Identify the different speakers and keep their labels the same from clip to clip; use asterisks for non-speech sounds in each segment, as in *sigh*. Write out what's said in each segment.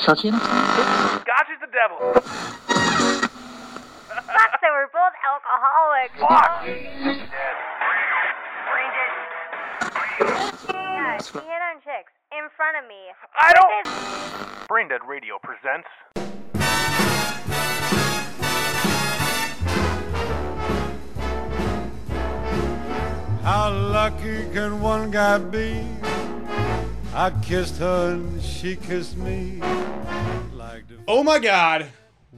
Speaker 1: Chucky?
Speaker 2: Scotch is the devil.
Speaker 3: Fuck, they were both alcoholics.
Speaker 2: Fuck.
Speaker 3: Yeah, she hit on chicks in front of me.
Speaker 2: I don't. Braindead Radio presents.
Speaker 4: How lucky can one guy be? I kissed her and she kissed me. Like the
Speaker 5: Oh my god.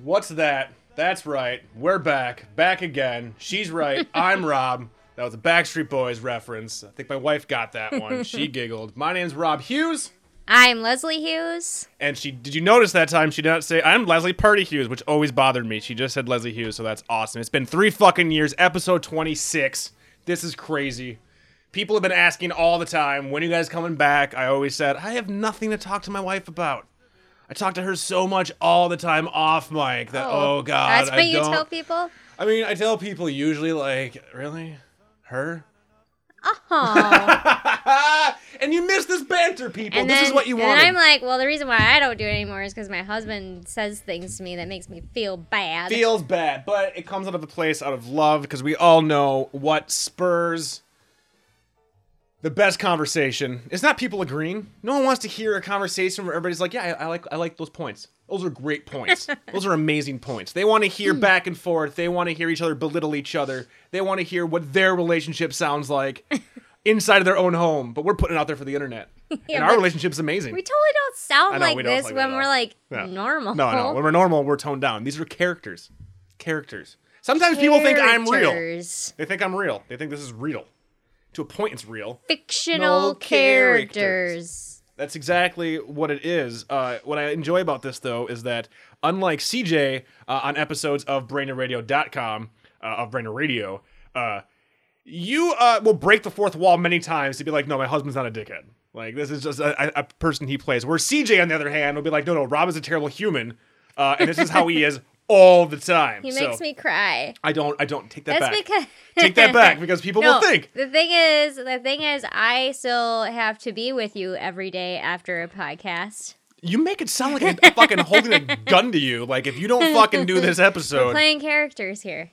Speaker 5: What's that? That's right. We're back. Back again. She's right. I'm Rob. That was a Backstreet Boys reference. I think my wife got that one. She giggled. My name's Rob Hughes.
Speaker 6: I'm Leslie Hughes.
Speaker 5: And she did you notice that time she did not say I'm Leslie Purdy Hughes, which always bothered me. She just said Leslie Hughes, so that's awesome. It's been three fucking years, episode twenty six. This is crazy. People have been asking all the time, when are you guys coming back? I always said, I have nothing to talk to my wife about. I talk to her so much all the time off mic that oh, god.
Speaker 6: That's what
Speaker 5: I
Speaker 6: you
Speaker 5: don't- *laughs*
Speaker 6: tell people?
Speaker 5: I mean, I tell people usually like, really?
Speaker 6: *laughs*
Speaker 5: Her?
Speaker 6: Oh.
Speaker 5: and you miss this banter, people.
Speaker 6: and
Speaker 5: this
Speaker 6: then,
Speaker 5: is what you
Speaker 6: and then
Speaker 5: want.
Speaker 6: I'm like, well, the reason why I don't do it anymore is because my husband says things to me that makes me feel bad.
Speaker 5: feels bad, but it comes out of a place out of love because we all know what spurs the best conversation. It's not people agreeing. No one wants to hear a conversation where everybody's like, "Yeah, I, I like, I like those points. Those are great
Speaker 6: *laughs*
Speaker 5: points. those are amazing points." They want to
Speaker 6: Hmm.
Speaker 5: hear back and forth. They want to hear each other belittle each other. They want to hear what their relationship sounds
Speaker 6: *laughs*
Speaker 5: like. Inside of their own home, but we're putting it out there for the internet. and our
Speaker 6: but-
Speaker 5: relationship's amazing.
Speaker 6: we totally don't sound
Speaker 5: I know,
Speaker 6: like
Speaker 5: we don't
Speaker 6: this
Speaker 5: like that
Speaker 6: when
Speaker 5: at
Speaker 6: we're
Speaker 5: all.
Speaker 6: like
Speaker 5: Yeah.
Speaker 6: normal.
Speaker 5: No, no. When we're normal, we're toned down. These are characters. Characters. Sometimes people think I'm real.
Speaker 6: Characters.
Speaker 5: They think I'm real. They think this is real. To a point, it's real.
Speaker 6: Fictional
Speaker 5: No characters.
Speaker 6: characters.
Speaker 5: That's exactly what it is. Uh, what I enjoy about this, though, is that unlike CJ uh, on episodes of BrainerRadio.com, uh, of Brainer Radio, uh, you uh, will break the fourth wall many times to be like, no, my husband's not a dickhead. Like, this is just a, a a person he plays. Where CJ, on the other hand, will be like, no, no, Rob is a terrible human, uh, and this is how he is *laughs* all the time.
Speaker 6: He
Speaker 5: So,
Speaker 6: makes me cry.
Speaker 5: I don't, I don't take that
Speaker 6: That's
Speaker 5: back.
Speaker 6: because
Speaker 5: *laughs* Take
Speaker 6: *laughs*
Speaker 5: that back because people will think.
Speaker 6: The thing is, the thing is, I still have to be with you every day after a podcast.
Speaker 5: You make it sound like I'm fucking holding
Speaker 6: *laughs*
Speaker 5: a gun to you. Like, if you don't fucking do this episode.
Speaker 6: Playing characters here,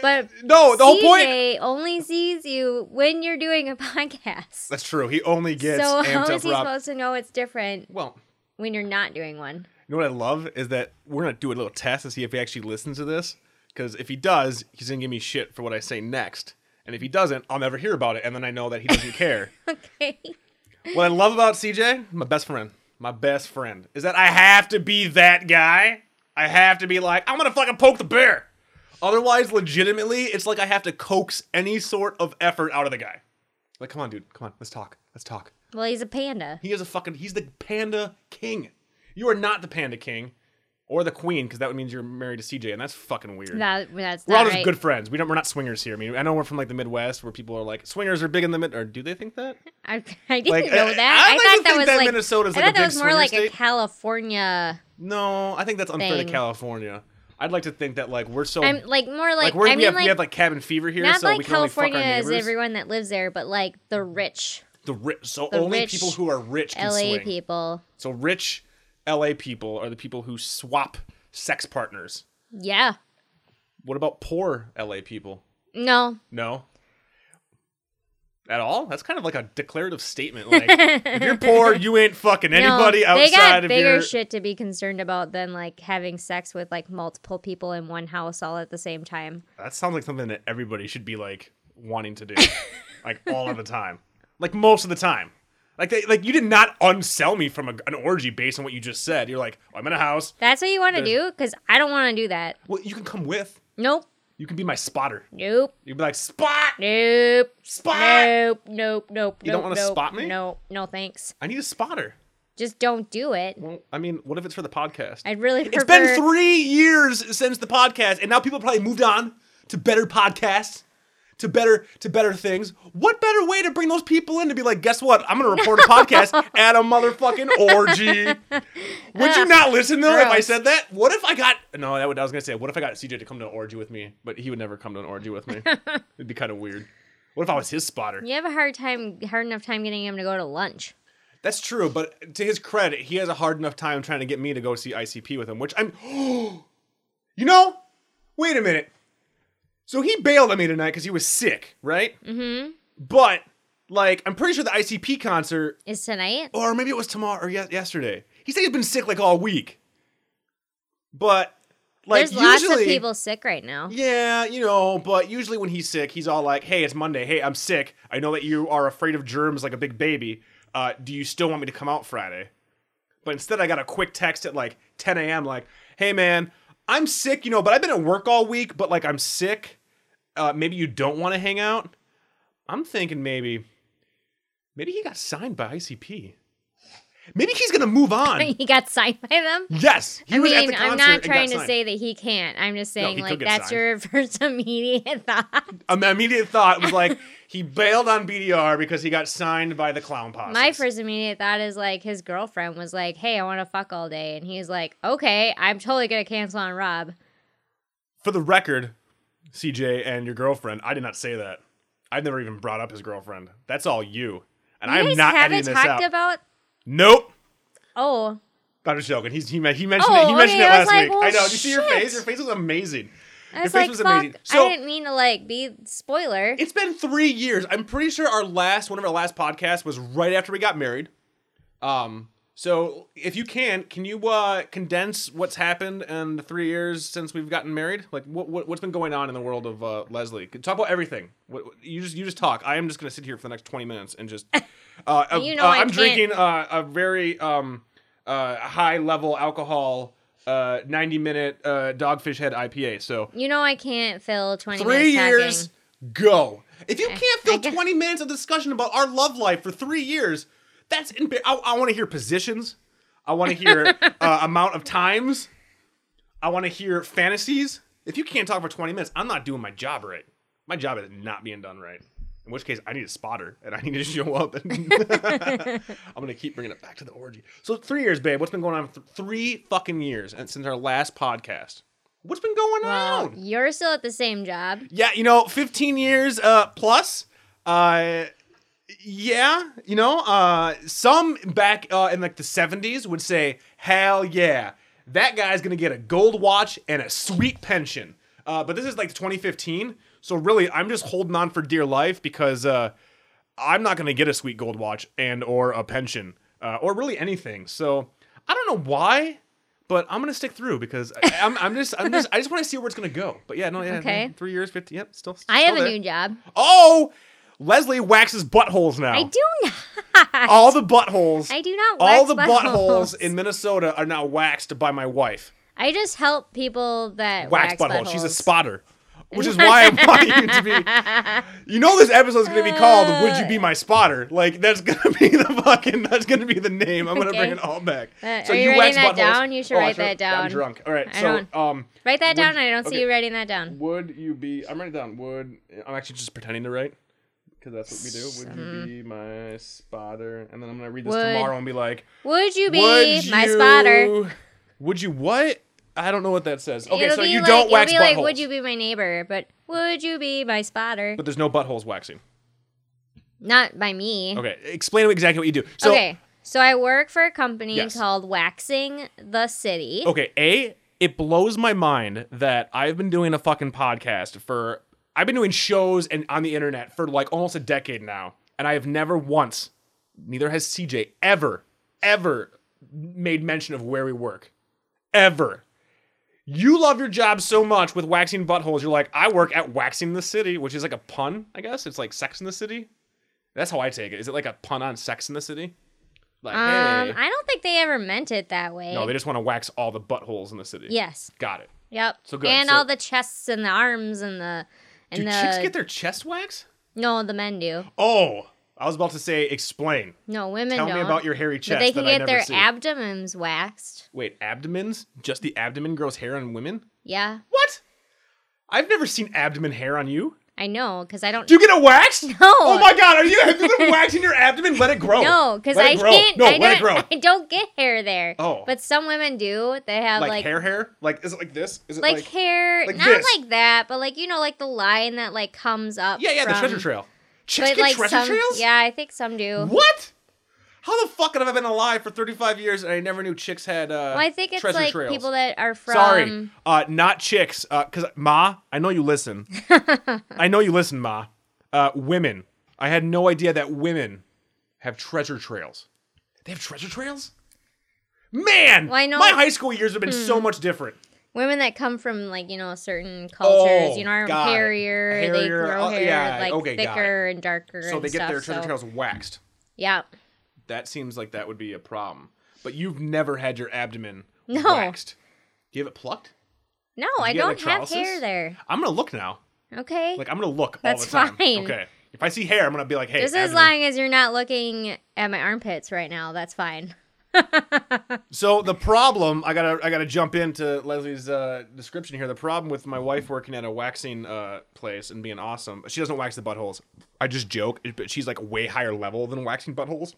Speaker 6: but
Speaker 5: uh, No, the whole point.
Speaker 6: CJ only sees you when you're doing a *laughs* podcast.
Speaker 5: That's true. He only gets
Speaker 6: so
Speaker 5: amped
Speaker 6: how
Speaker 5: up
Speaker 6: is he
Speaker 5: Rob.
Speaker 6: supposed to know it's different
Speaker 5: Well,
Speaker 6: when you're not doing one? *laughs*
Speaker 5: you know what I love is that we're gonna do a little test to see if he actually listens to this. Because if he does, he's gonna give me shit for what I say next. And if he doesn't, I'll never hear about it. And then I know that he doesn't care.
Speaker 6: Okay.
Speaker 5: what I love about CJ, my best friend, my best friend, is that I have to be that guy. I have to be like, I'm gonna fucking poke the bear. Otherwise, legitimately, it's like I have to coax any sort of effort out of the guy. Like, come on, dude, come on, let's talk, let's talk.
Speaker 6: Well, he's a panda.
Speaker 5: He is a fucking. He's the panda king. You are not the panda king or the queen because that would mean you're married to CJ, and that's fucking weird.
Speaker 6: That that's
Speaker 5: we're all
Speaker 6: not
Speaker 5: just
Speaker 6: right.
Speaker 5: good friends. We don't. We're not swingers here. I mean, I know we're from like the Midwest where people are like swingers are big in the mid. Or do they think that?
Speaker 6: I, *laughs* I didn't
Speaker 5: Like,
Speaker 6: know
Speaker 5: I-
Speaker 6: that.
Speaker 5: I
Speaker 6: I,
Speaker 5: like to
Speaker 6: thought
Speaker 5: think
Speaker 6: that was
Speaker 5: that
Speaker 6: like
Speaker 5: Minnesota's
Speaker 6: I
Speaker 5: like a
Speaker 6: thought that
Speaker 5: big
Speaker 6: was more
Speaker 5: swinger
Speaker 6: like
Speaker 5: state.
Speaker 6: a California.
Speaker 5: No, I think that's unfair
Speaker 6: Thing.
Speaker 5: to California. I'd like to think that like we're so
Speaker 6: I'm like more
Speaker 5: like,
Speaker 6: like,
Speaker 5: we're,
Speaker 6: I
Speaker 5: we
Speaker 6: mean
Speaker 5: have
Speaker 6: like,
Speaker 5: we have like cabin fever here,
Speaker 6: not
Speaker 5: so
Speaker 6: like
Speaker 5: we can
Speaker 6: California
Speaker 5: only fuck
Speaker 6: is
Speaker 5: our neighbors.
Speaker 6: everyone that lives there, but like the rich
Speaker 5: the ri- so
Speaker 6: the
Speaker 5: only
Speaker 6: rich
Speaker 5: people who are rich can
Speaker 6: LA
Speaker 5: swing.
Speaker 6: people.
Speaker 5: So rich LA people are the people who swap sex partners.
Speaker 6: Yeah.
Speaker 5: What about poor LA people?
Speaker 6: No.
Speaker 5: No. At all? That's kind of like a declarative statement. Like, if you're
Speaker 6: *laughs*
Speaker 5: poor, you ain't fucking anybody
Speaker 6: no,
Speaker 5: outside
Speaker 6: they got
Speaker 5: of
Speaker 6: bigger
Speaker 5: your.
Speaker 6: shit to be concerned about than like having sex with like multiple people in one house all at the same time.
Speaker 5: That sounds like something that everybody should be like wanting to do, like all of the time, like most of the time. Like, they, like you did not unsell me from a, an orgy based on what you just said. You're like, "Oh, I'm in a house.
Speaker 6: That's what you want to
Speaker 5: There's-
Speaker 6: do cuz I don't want to do that.
Speaker 5: Well, you can come with.
Speaker 6: Nope.
Speaker 5: You can be my spotter.
Speaker 6: Nope.
Speaker 5: You'd be like, spot,
Speaker 6: Nope.
Speaker 5: spot.
Speaker 6: Nope. Nope. Nope.
Speaker 5: You don't
Speaker 6: nope,
Speaker 5: wanna
Speaker 6: nope,
Speaker 5: spot me?
Speaker 6: No. No, thanks.
Speaker 5: I need a spotter.
Speaker 6: Just don't do it.
Speaker 5: Well, I mean, what if it's for the podcast?
Speaker 6: I'd really prefer
Speaker 5: It's been three years since the podcast, and now people probably moved on to better podcasts, to better to better things. What better way to bring those people in to be like, guess what? I'm gonna report a podcast at a motherfucking orgy. Would you not listen though if I
Speaker 6: gross.
Speaker 5: said that? What if I got no? That would, I was gonna say. What if I got CJ to come to an orgy with me? But he would never come to an orgy with me. It'd be kind of weird. What if I was his spotter?
Speaker 6: You have a hard time, hard enough time getting him to go to lunch.
Speaker 5: That's true, but to his credit, he has a hard enough time trying to get me to go see ICP with him, which I'm. *gasps* you know, wait a minute. So he bailed on me tonight because he was sick, right? Mm-hmm. But like, I'm pretty sure the ICP concert,
Speaker 6: Is tonight?
Speaker 5: or maybe it was tomorrow or yes, yesterday. He said he's been sick like all week. But like,
Speaker 6: There's lots
Speaker 5: usually,
Speaker 6: of people sick right now. *laughs*
Speaker 5: yeah, you know, but usually when he's sick, he's all like, "Hey, it's Monday. Hey, I'm sick. I know that you are afraid of germs like a big baby. Uh, do you still want me to come out Friday?" But instead, I got a quick text at like 10 a.m. like, "Hey, man, I'm sick. You know, but I've been at work all week. But like, I'm sick. Uh, maybe you don't want to hang out." I'm thinking maybe, maybe he got signed by ICP. Maybe he's gonna move
Speaker 6: *laughs*
Speaker 5: on.
Speaker 6: He got signed by them.
Speaker 5: Yes, he
Speaker 6: I
Speaker 5: was at
Speaker 6: mean,
Speaker 5: the concert.
Speaker 6: I'm
Speaker 5: and got
Speaker 6: not trying to
Speaker 5: signed.
Speaker 6: say that he can't. I'm just saying,
Speaker 5: he could
Speaker 6: like,
Speaker 5: get
Speaker 6: that's
Speaker 5: signed.
Speaker 6: your *laughs* first immediate *laughs* thought.
Speaker 5: Um, my immediate thought was
Speaker 6: *laughs*
Speaker 5: like he bailed on BDR because he got signed by the clown posse.
Speaker 6: My first immediate thought is like his girlfriend was like, "Hey, I want to fuck all day," and he's like, "Okay, I'm totally gonna cancel on Rob."
Speaker 5: for the record, CJ and your girlfriend, I did not say that. I've never even brought up his girlfriend. That's all you. And I
Speaker 6: You
Speaker 5: am
Speaker 6: guys
Speaker 5: not
Speaker 6: haven't
Speaker 5: editing this
Speaker 6: talked
Speaker 5: out.
Speaker 6: about.
Speaker 5: nope.
Speaker 6: Oh,
Speaker 5: I'm just joking. He's, he, men- he mentioned
Speaker 6: Oh,
Speaker 5: it. He mentioned
Speaker 6: okay,
Speaker 5: it
Speaker 6: I
Speaker 5: last
Speaker 6: was like,
Speaker 5: week.
Speaker 6: well,
Speaker 5: I know. Did you see your
Speaker 6: shit.
Speaker 5: face? Your face was amazing.
Speaker 6: I was
Speaker 5: your face
Speaker 6: like,
Speaker 5: was
Speaker 6: "Fuck!"
Speaker 5: amazing. So
Speaker 6: I didn't mean to like be spoiler.
Speaker 5: it's been three years. I'm pretty sure our last one of our last podcasts was right after we got married. Um, so if you can, can you uh, condense what's happened in the three years since we've gotten married? Like, what, what what's been going on in the world of uh, Leslie? Talk about everything. What, what- you just you just talk. I am just gonna sit here for the next twenty minutes and
Speaker 6: *laughs*
Speaker 5: just. Uh, uh,
Speaker 6: You know
Speaker 5: uh,
Speaker 6: I
Speaker 5: I'm
Speaker 6: can't-
Speaker 5: drinking uh, a very um, uh, high level alcohol. Uh, 90 minute uh, dogfish head IPA. So
Speaker 6: you know, I can't fill twenty
Speaker 5: three
Speaker 6: minutes
Speaker 5: years
Speaker 6: talking.
Speaker 5: go if you can't
Speaker 6: I
Speaker 5: fill
Speaker 6: guess-
Speaker 5: 20 minutes of discussion about our love life for three years that's embar- i, want to hear positions i want to hear
Speaker 6: *laughs*
Speaker 5: uh, amount of times i want to hear fantasies if you can't talk for 20 minutes i'm not doing my job right my job is not being done right in which case i need a spotter and i need to *laughs* show up
Speaker 6: *laughs*
Speaker 5: and i'm gonna keep bringing it back to the orgy so three years babe what's been going on for three fucking years and since our last podcast what's been going
Speaker 6: Well,
Speaker 5: on
Speaker 6: you're still at the same job.
Speaker 5: yeah, you know, 15 years uh, plus. Uh, yeah, you know, uh, some back uh, in like the 70s would say, hell yeah, that guy's gonna get a gold watch and a sweet pension. Uh, but this is like 2015, so really, I'm just holding on for dear life because uh, I'm not gonna get a sweet gold watch and or a pension uh, or really anything. So I don't know why. But I'm gonna stick through because I, I'm, I'm just I'm just I just want to see where it's gonna go. But yeah, no, yeah,
Speaker 6: Okay.
Speaker 5: three years, fifty, yep, still.
Speaker 6: I have
Speaker 5: still
Speaker 6: a
Speaker 5: there.
Speaker 6: new job.
Speaker 5: Oh, Leslie waxes buttholes now.
Speaker 6: I do not. *laughs*
Speaker 5: All the buttholes.
Speaker 6: I do not.
Speaker 5: Oh. All
Speaker 6: wax
Speaker 5: the buttholes.
Speaker 6: buttholes.
Speaker 5: in Minnesota are now waxed by my wife.
Speaker 6: I just help people that
Speaker 5: Wax,
Speaker 6: wax,
Speaker 5: buttholes. She's a
Speaker 6: buttholes.
Speaker 5: spotter, which is why I want you to be.
Speaker 6: *laughs*
Speaker 5: You know, this episode is going to be
Speaker 6: Uh.
Speaker 5: called "Would You Be My Spotter?" Like that's going to be the fucking. That's going to be the name. I'm going to
Speaker 6: Okay.
Speaker 5: bring it all back.
Speaker 6: Uh, are you writing that down? You should
Speaker 5: Oh, I
Speaker 6: write that
Speaker 5: I'm
Speaker 6: down.
Speaker 5: drunk. All right.
Speaker 6: I
Speaker 5: so,
Speaker 6: don't-
Speaker 5: um,
Speaker 6: Write
Speaker 5: Would-
Speaker 6: that down. I don't
Speaker 5: okay.
Speaker 6: see you writing that down.
Speaker 5: Would you be? I'm writing it down. Would I'm actually just pretending to write because that's what we do. Would you be my spotter? And then I'm gonna read this
Speaker 6: Mm-hmm. Would-
Speaker 5: tomorrow and be like,
Speaker 6: Would you be
Speaker 5: Would
Speaker 6: my
Speaker 5: you-
Speaker 6: spotter?
Speaker 5: Would you what? I don't know what that says. Okay,
Speaker 6: it'll
Speaker 5: so
Speaker 6: be
Speaker 5: you
Speaker 6: like,
Speaker 5: don't
Speaker 6: it'll
Speaker 5: wax
Speaker 6: be
Speaker 5: buttholes.
Speaker 6: like, would you be my neighbor? But would you be my spotter?
Speaker 5: But there's no buttholes waxing.
Speaker 6: Not by me.
Speaker 5: Okay, explain exactly what you do. So,
Speaker 6: Okay, So I work for a company
Speaker 5: Yes.
Speaker 6: called Waxing the City.
Speaker 5: *laughs* Okay, A, it blows my mind that I've been doing a fucking podcast for I've been doing shows and on the internet for like almost a decade now, and I have never once, neither has CJ, ever, ever made mention of where we work. Ever. You love your job so much with waxing buttholes, you're like, I work at waxing the city, which is like a pun, I guess. It's like sex in the city. That's how I take it. Is it like a pun on sex in the city? Like,
Speaker 6: Um,
Speaker 5: hey.
Speaker 6: I don't think they ever meant it that way.
Speaker 5: no, they just want to wax all the buttholes in the city.
Speaker 6: yes.
Speaker 5: Got it.
Speaker 6: Yep.
Speaker 5: So good,
Speaker 6: And
Speaker 5: so-
Speaker 6: all the chests and the arms and the and
Speaker 5: Do
Speaker 6: the
Speaker 5: chicks get their chest waxed?
Speaker 6: no, the men do.
Speaker 5: Oh, I was about to say, explain.
Speaker 6: No, women
Speaker 5: Tell
Speaker 6: don't.
Speaker 5: me about your hairy
Speaker 6: But
Speaker 5: chest
Speaker 6: they can
Speaker 5: that I
Speaker 6: get
Speaker 5: never
Speaker 6: their
Speaker 5: see.
Speaker 6: abdomens waxed.
Speaker 5: Wait, abdomens? Just the abdomen grows hair on women?
Speaker 6: Yeah,
Speaker 5: What? I've never seen abdomen hair on you.
Speaker 6: I know, cause I don't
Speaker 5: Do you get it
Speaker 6: *laughs*
Speaker 5: waxed? No. Oh my god, are you have you been waxing your abdomen? Let it grow.
Speaker 6: No, because
Speaker 5: Oh, Let
Speaker 6: I
Speaker 5: it grow.
Speaker 6: can't.
Speaker 5: No, let
Speaker 6: I,
Speaker 5: it
Speaker 6: don't,
Speaker 5: grow.
Speaker 6: *laughs* I don't get hair there.
Speaker 5: Oh.
Speaker 6: but some women do. They have
Speaker 5: Like,
Speaker 6: like like hair,
Speaker 5: hair, hair. Like is it like this? Is it like
Speaker 6: not
Speaker 5: this.
Speaker 6: like that, but like you know, like the line that like comes up.
Speaker 5: Yeah, yeah, the
Speaker 6: from-
Speaker 5: treasure trail. Chicks
Speaker 6: But
Speaker 5: get
Speaker 6: like
Speaker 5: treasure
Speaker 6: some,
Speaker 5: trails.
Speaker 6: yeah, I think some do.
Speaker 5: What? How the fuck have I been alive for 35 years and I never knew chicks had uh,
Speaker 6: Well, I think it's
Speaker 5: treasure
Speaker 6: like
Speaker 5: trails?
Speaker 6: people that are from.
Speaker 5: Sorry, uh, not chicks. Because Ma, I know you
Speaker 6: *laughs*
Speaker 5: listen. I know you listen, Ma. Uh, women. I had no idea that women have treasure trails. They have treasure trails. Man,
Speaker 6: Well, I know- Hmm.
Speaker 5: my high school years have been so much different.
Speaker 6: women that come from like you know certain cultures,
Speaker 5: Oh,
Speaker 6: you know, are
Speaker 5: got it.
Speaker 6: hairier, they
Speaker 5: Hairier,
Speaker 6: grow
Speaker 5: oh,
Speaker 6: hair
Speaker 5: yeah,
Speaker 6: like
Speaker 5: okay, got
Speaker 6: thicker and darker.
Speaker 5: So
Speaker 6: and
Speaker 5: they get
Speaker 6: stuff,
Speaker 5: their treasure
Speaker 6: so-
Speaker 5: trails waxed.
Speaker 6: Yeah,
Speaker 5: That seems like that would be a problem. But you've never had your abdomen
Speaker 6: No.
Speaker 5: waxed. Do you have it plucked?
Speaker 6: no, I
Speaker 5: get,
Speaker 6: don't
Speaker 5: like,
Speaker 6: have
Speaker 5: triasis?
Speaker 6: hair there.
Speaker 5: I'm gonna look now.
Speaker 6: Okay,
Speaker 5: Like I'm gonna look
Speaker 6: That's
Speaker 5: all the time.
Speaker 6: fine.
Speaker 5: Okay. If I see hair, I'm gonna be like, hey.
Speaker 6: just as
Speaker 5: abdomen.
Speaker 6: long as you're not looking at my armpits right now, that's fine.
Speaker 5: So the problem, I gotta, I gotta jump into Leslie's uh, description here. The problem with my wife working at a waxing uh, place and being awesome, she doesn't wax the buttholes. I just joke, but she's like way higher level than waxing buttholes.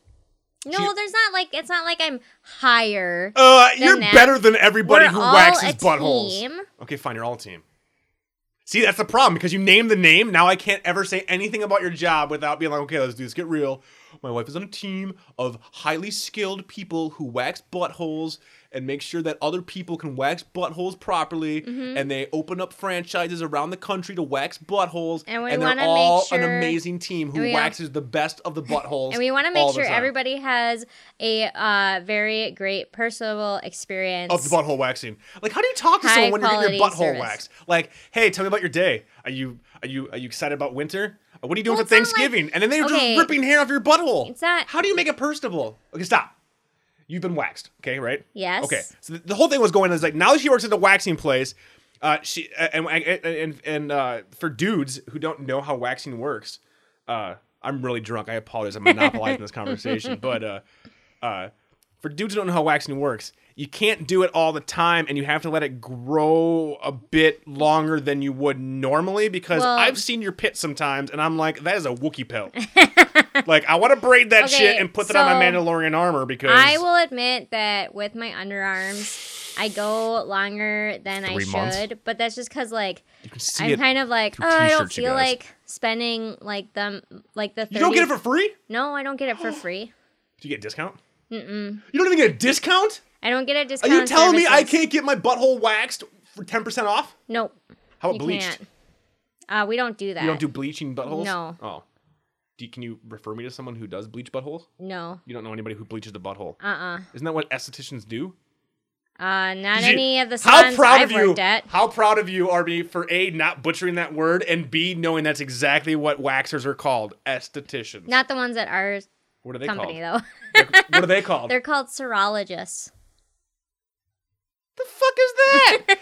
Speaker 6: No, there's not like it's not like I'm higher.
Speaker 5: Uh, you're
Speaker 6: that.
Speaker 5: better than everybody
Speaker 6: We're
Speaker 5: who
Speaker 6: all
Speaker 5: waxes
Speaker 6: a
Speaker 5: buttholes.
Speaker 6: team.
Speaker 5: Okay, fine, you're all a team. See, that's the problem because you name the name. Now I can't ever say anything about your job without being like, okay, let's do this. Get real. My wife is on a team of highly skilled people who wax buttholes and make sure that other people can wax buttholes properly.
Speaker 6: Mm-hmm.
Speaker 5: And they open up franchises around the country to wax buttholes.
Speaker 6: And we
Speaker 5: they're
Speaker 6: wanna make
Speaker 5: all an
Speaker 6: sure-
Speaker 5: amazing team who
Speaker 6: and we-
Speaker 5: waxes the best of the buttholes.
Speaker 6: *laughs* And we want to
Speaker 5: all
Speaker 6: make
Speaker 5: the
Speaker 6: sure
Speaker 5: time.
Speaker 6: everybody has a uh, very great personal experience.
Speaker 5: of the butthole waxing. Like, how do you talk to someone when you're getting your
Speaker 6: High-quality
Speaker 5: butthole
Speaker 6: service.
Speaker 5: waxed? Like, hey, tell me about your day. Are you are you are you excited about winter? Uh, What are you doing
Speaker 6: Well,
Speaker 5: for
Speaker 6: it's not like-
Speaker 5: Thanksgiving? and then they're
Speaker 6: okay.
Speaker 5: just ripping hair off your butthole.
Speaker 6: It's not-
Speaker 5: How do you make it personable? Okay, stop. You've been waxed, okay, right?
Speaker 6: Yes.
Speaker 5: Okay. So the- the whole thing was going is like now she works at the waxing place. Uh, she uh, and and and, and uh, for dudes who don't know how waxing works, uh, I'm really drunk. I apologize.
Speaker 6: *laughs*
Speaker 5: I'm monopolizing this conversation, but uh, uh, for dudes who don't know how waxing works, you can't do it all the time, and you have to let it grow a bit longer than you would normally. Because
Speaker 6: Well-
Speaker 5: I've seen your pit sometimes, and I'm like, that is a Wookie
Speaker 6: *laughs*
Speaker 5: pelt. like I want to braid that
Speaker 6: Okay,
Speaker 5: shit and put that on my
Speaker 6: so
Speaker 5: Mandalorian armor because
Speaker 6: I will admit that with my underarms, I go longer than I
Speaker 5: Three
Speaker 6: should,
Speaker 5: months?
Speaker 6: but that's just because like
Speaker 5: you can see
Speaker 6: I'm
Speaker 5: it.
Speaker 6: kind of like oh,
Speaker 5: through
Speaker 6: I don't
Speaker 5: t-shirts, you
Speaker 6: feel
Speaker 5: guys.
Speaker 6: like spending like them like the. 30,
Speaker 5: you don't get it for free.
Speaker 6: no, I don't
Speaker 5: *gasps*
Speaker 6: get it for free.
Speaker 5: Do you get a discount? Mm-mm. You don't even get a discount?
Speaker 6: I don't get a
Speaker 5: Are
Speaker 6: discount.
Speaker 5: you
Speaker 6: on
Speaker 5: telling me I
Speaker 6: services.
Speaker 5: can't get my butthole waxed for 10% off?
Speaker 6: Nope,
Speaker 5: How about
Speaker 6: you
Speaker 5: bleached?
Speaker 6: can't. Uh, we don't do that.
Speaker 5: You don't do bleaching buttholes?
Speaker 6: No.
Speaker 5: Oh. Do you- can you refer me to someone who does bleach buttholes?
Speaker 6: no.
Speaker 5: You don't know anybody who bleaches the butthole.
Speaker 6: Uh
Speaker 5: Isn't that what estheticians do?
Speaker 6: uh Not
Speaker 5: Did you-
Speaker 6: any of the
Speaker 5: How
Speaker 6: salons
Speaker 5: proud
Speaker 6: I've
Speaker 5: of you!
Speaker 6: worked at.
Speaker 5: How proud of you are me for A, not butchering that word, and B, knowing that's exactly what waxers are called estheticians.
Speaker 6: Not the ones at our
Speaker 5: what are they
Speaker 6: company
Speaker 5: called?
Speaker 6: though. *laughs*
Speaker 5: What are they called?
Speaker 6: They're called serologists.
Speaker 5: The fuck is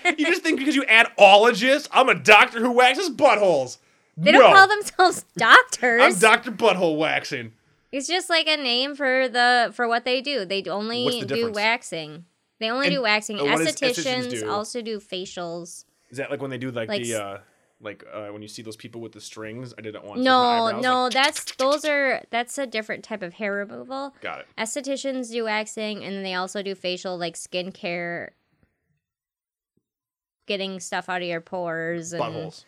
Speaker 5: that?
Speaker 6: *laughs*
Speaker 5: you just think because you add ologist, I'm a doctor who waxes buttholes.
Speaker 6: They
Speaker 5: no,
Speaker 6: don't call themselves *laughs* doctors.
Speaker 5: I'm Doctor Butthole Waxing.
Speaker 6: It's just like a name for the for what they do. They d-
Speaker 5: What's
Speaker 6: only
Speaker 5: the
Speaker 6: do
Speaker 5: difference?
Speaker 6: waxing. They only
Speaker 5: And-
Speaker 6: do waxing.
Speaker 5: uh, what does
Speaker 6: Estheticians
Speaker 5: estheticians do?
Speaker 6: also do facials.
Speaker 5: Is that like when they do like,
Speaker 6: Like
Speaker 5: the
Speaker 6: s-
Speaker 5: uh like uh when you see those people with the strings? I did it once. with my
Speaker 6: No,
Speaker 5: eyebrows,
Speaker 6: no,
Speaker 5: *laughs* like,
Speaker 6: that's those are that's a different type of hair removal.
Speaker 5: got it.
Speaker 6: Estheticians do waxing and they also do facial like skincare getting stuff out of your pores and
Speaker 5: Buttholes,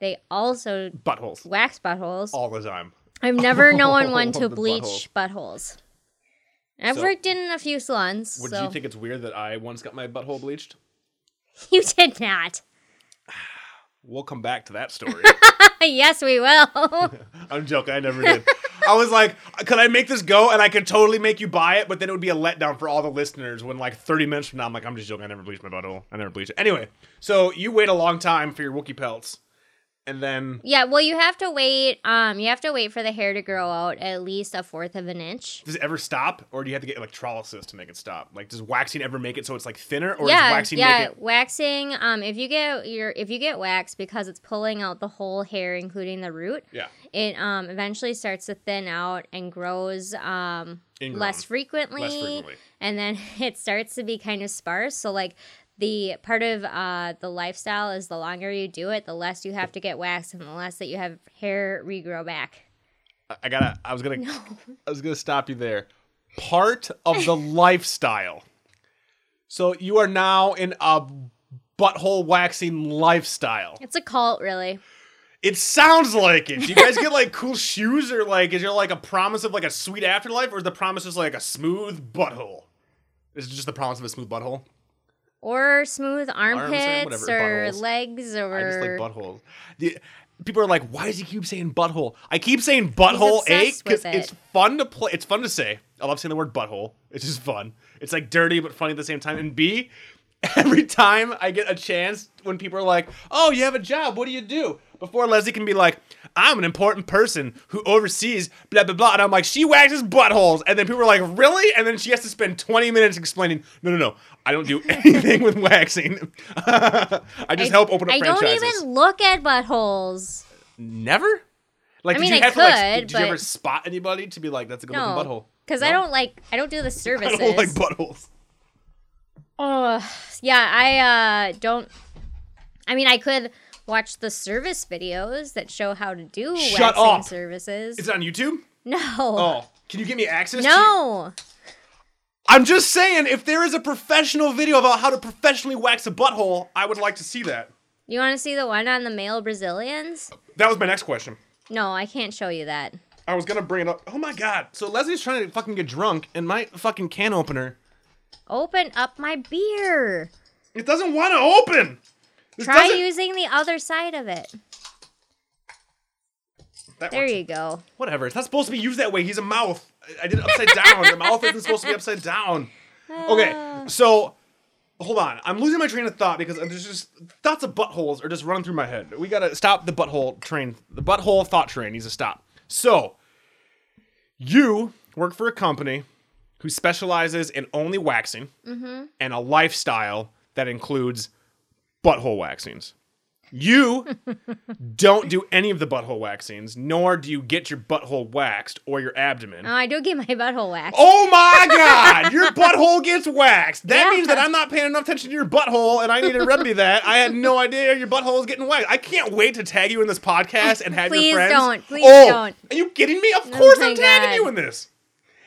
Speaker 6: they also
Speaker 5: buttholes,
Speaker 6: wax buttholes.
Speaker 5: all the time.
Speaker 6: I've
Speaker 5: *laughs*
Speaker 6: never known one
Speaker 5: The
Speaker 6: to bleach buttholes. I've
Speaker 5: So-
Speaker 6: worked in a few salons.
Speaker 5: Would
Speaker 6: so
Speaker 5: you think it's weird that I once got my butthole bleached?
Speaker 6: *laughs* you did not. *laughs*
Speaker 5: We'll come back to that story.
Speaker 6: yes, we
Speaker 5: *laughs*
Speaker 6: will.
Speaker 5: I'm joking. I never did. I was like, could I make this go? And I could totally make you buy it, but then it would be a letdown for all the listeners when, like, 30 minutes from now, I'm like, I'm just joking. I never bleached my butthole. I never bleached it. Anyway, so you wait a long time for your Wookiee pelts, and then
Speaker 6: yeah, well, you have to wait. Um, you have to wait for the hair to grow out at least a fourth of an inch.
Speaker 5: does it ever stop, or do you have to get electrolysis to make it stop? Like, does waxing ever make it so it's like thinner, or
Speaker 6: yeah,
Speaker 5: does waxing
Speaker 6: yeah,
Speaker 5: make it?
Speaker 6: waxing. Um, if you get your if you get wax because it's pulling out the whole hair, including the root,
Speaker 5: Yeah.
Speaker 6: it um eventually starts to thin out and grows um
Speaker 5: Ingrown.
Speaker 6: less frequently,
Speaker 5: Less frequently.
Speaker 6: and then *laughs* it starts to be kind of sparse so like the part of uh, the lifestyle is the longer you do it the less you have to get waxed and the less that you have hair regrow back
Speaker 5: I- I gotta. I was gonna. I was gonna stop you there. Part of
Speaker 6: *laughs*
Speaker 5: the lifestyle. So you are now in a butthole waxing lifestyle.
Speaker 6: it's a cult really
Speaker 5: It sounds like it. Do you guys
Speaker 6: *laughs*
Speaker 5: get like cool shoes or like is there like a promise of like a sweet afterlife or is the promise just like a smooth butthole? Is it just the promise of a smooth butthole?
Speaker 6: Or smooth armpits
Speaker 5: eh, whatever,
Speaker 6: or
Speaker 5: buttholes.
Speaker 6: legs or.
Speaker 5: I just like buttholes. The, people are like, why does he keep saying butthole? I keep saying butthole
Speaker 6: obsessed
Speaker 5: ache because
Speaker 6: with
Speaker 5: it's
Speaker 6: it.
Speaker 5: fun to play. It's fun to say. I love saying the word butthole. It's just fun. It's like dirty but funny at the same time. And B, *laughs* every time I get a chance when people are like, oh, you have a job. What do you do? Before Leslie can be like, I'm an important person who oversees blah blah blah, and I'm like, she waxes buttholes, and then people are like, really? And then she has to spend 20 minutes explaining, no, no, no, I don't do *laughs* anything with waxing. *laughs* I just help open up
Speaker 6: I don't
Speaker 5: franchises.
Speaker 6: even look at buttholes.
Speaker 5: Never? Like,
Speaker 6: I
Speaker 5: did
Speaker 6: mean,
Speaker 5: you
Speaker 6: I
Speaker 5: have to, like,
Speaker 6: could,
Speaker 5: did you ever
Speaker 6: but-
Speaker 5: spot anybody to be like, that's a good looking butthole?
Speaker 6: No, because I
Speaker 5: No?
Speaker 6: don't like I don't do
Speaker 5: *laughs*
Speaker 6: the
Speaker 5: I
Speaker 6: services.
Speaker 5: don't like buttholes.
Speaker 6: Oh, yeah, I uh don't. I mean, I could watch the service videos that show how to do
Speaker 5: Shut
Speaker 6: waxing
Speaker 5: up.
Speaker 6: services.
Speaker 5: Is it on YouTube?
Speaker 6: no,
Speaker 5: Oh, can you give me access? to-
Speaker 6: no.
Speaker 5: I'm just saying, if there is a professional video about how to professionally wax a butthole, I would like to see that.
Speaker 6: You want to see the one on the male Brazilians?
Speaker 5: That was my next question.
Speaker 6: No, I can't show you that.
Speaker 5: I was gonna bring it up. Oh my god! So Leslie's trying to fucking get drunk, and my fucking can opener
Speaker 6: Open up my beer.
Speaker 5: it doesn't want to open. This
Speaker 6: Try
Speaker 5: doesn't-
Speaker 6: using the other side of it.
Speaker 5: That
Speaker 6: There
Speaker 5: works.
Speaker 6: you go.
Speaker 5: Whatever. It's not supposed to be used that way. He's a mouth. I- I did it upside down. The mouth isn't supposed to be upside down. Okay, so hold on. I'm losing my train of thought because there's just thoughts of buttholes are just running through my head. We gotta stop the butthole train. The butthole thought train needs to stop. So you work for a company who specializes in only waxing and a lifestyle that includes butthole waxings. You don't do any of the butthole waxings, nor do you get your butthole waxed or your abdomen.
Speaker 6: Oh, I do get my butthole waxed.
Speaker 5: Oh my God!
Speaker 6: *laughs*
Speaker 5: Your butthole gets waxed. That
Speaker 6: Yeah.
Speaker 5: means that I'm not paying enough attention to your butthole, and I need to remedy that. I had no idea your butthole was getting waxed. I can't wait to tag you in this podcast and have
Speaker 6: Please
Speaker 5: your friends.
Speaker 6: don't. Please
Speaker 5: oh,
Speaker 6: don't. Oh
Speaker 5: Are you kidding me? Of course
Speaker 6: my
Speaker 5: I'm tagging
Speaker 6: God.
Speaker 5: you in this.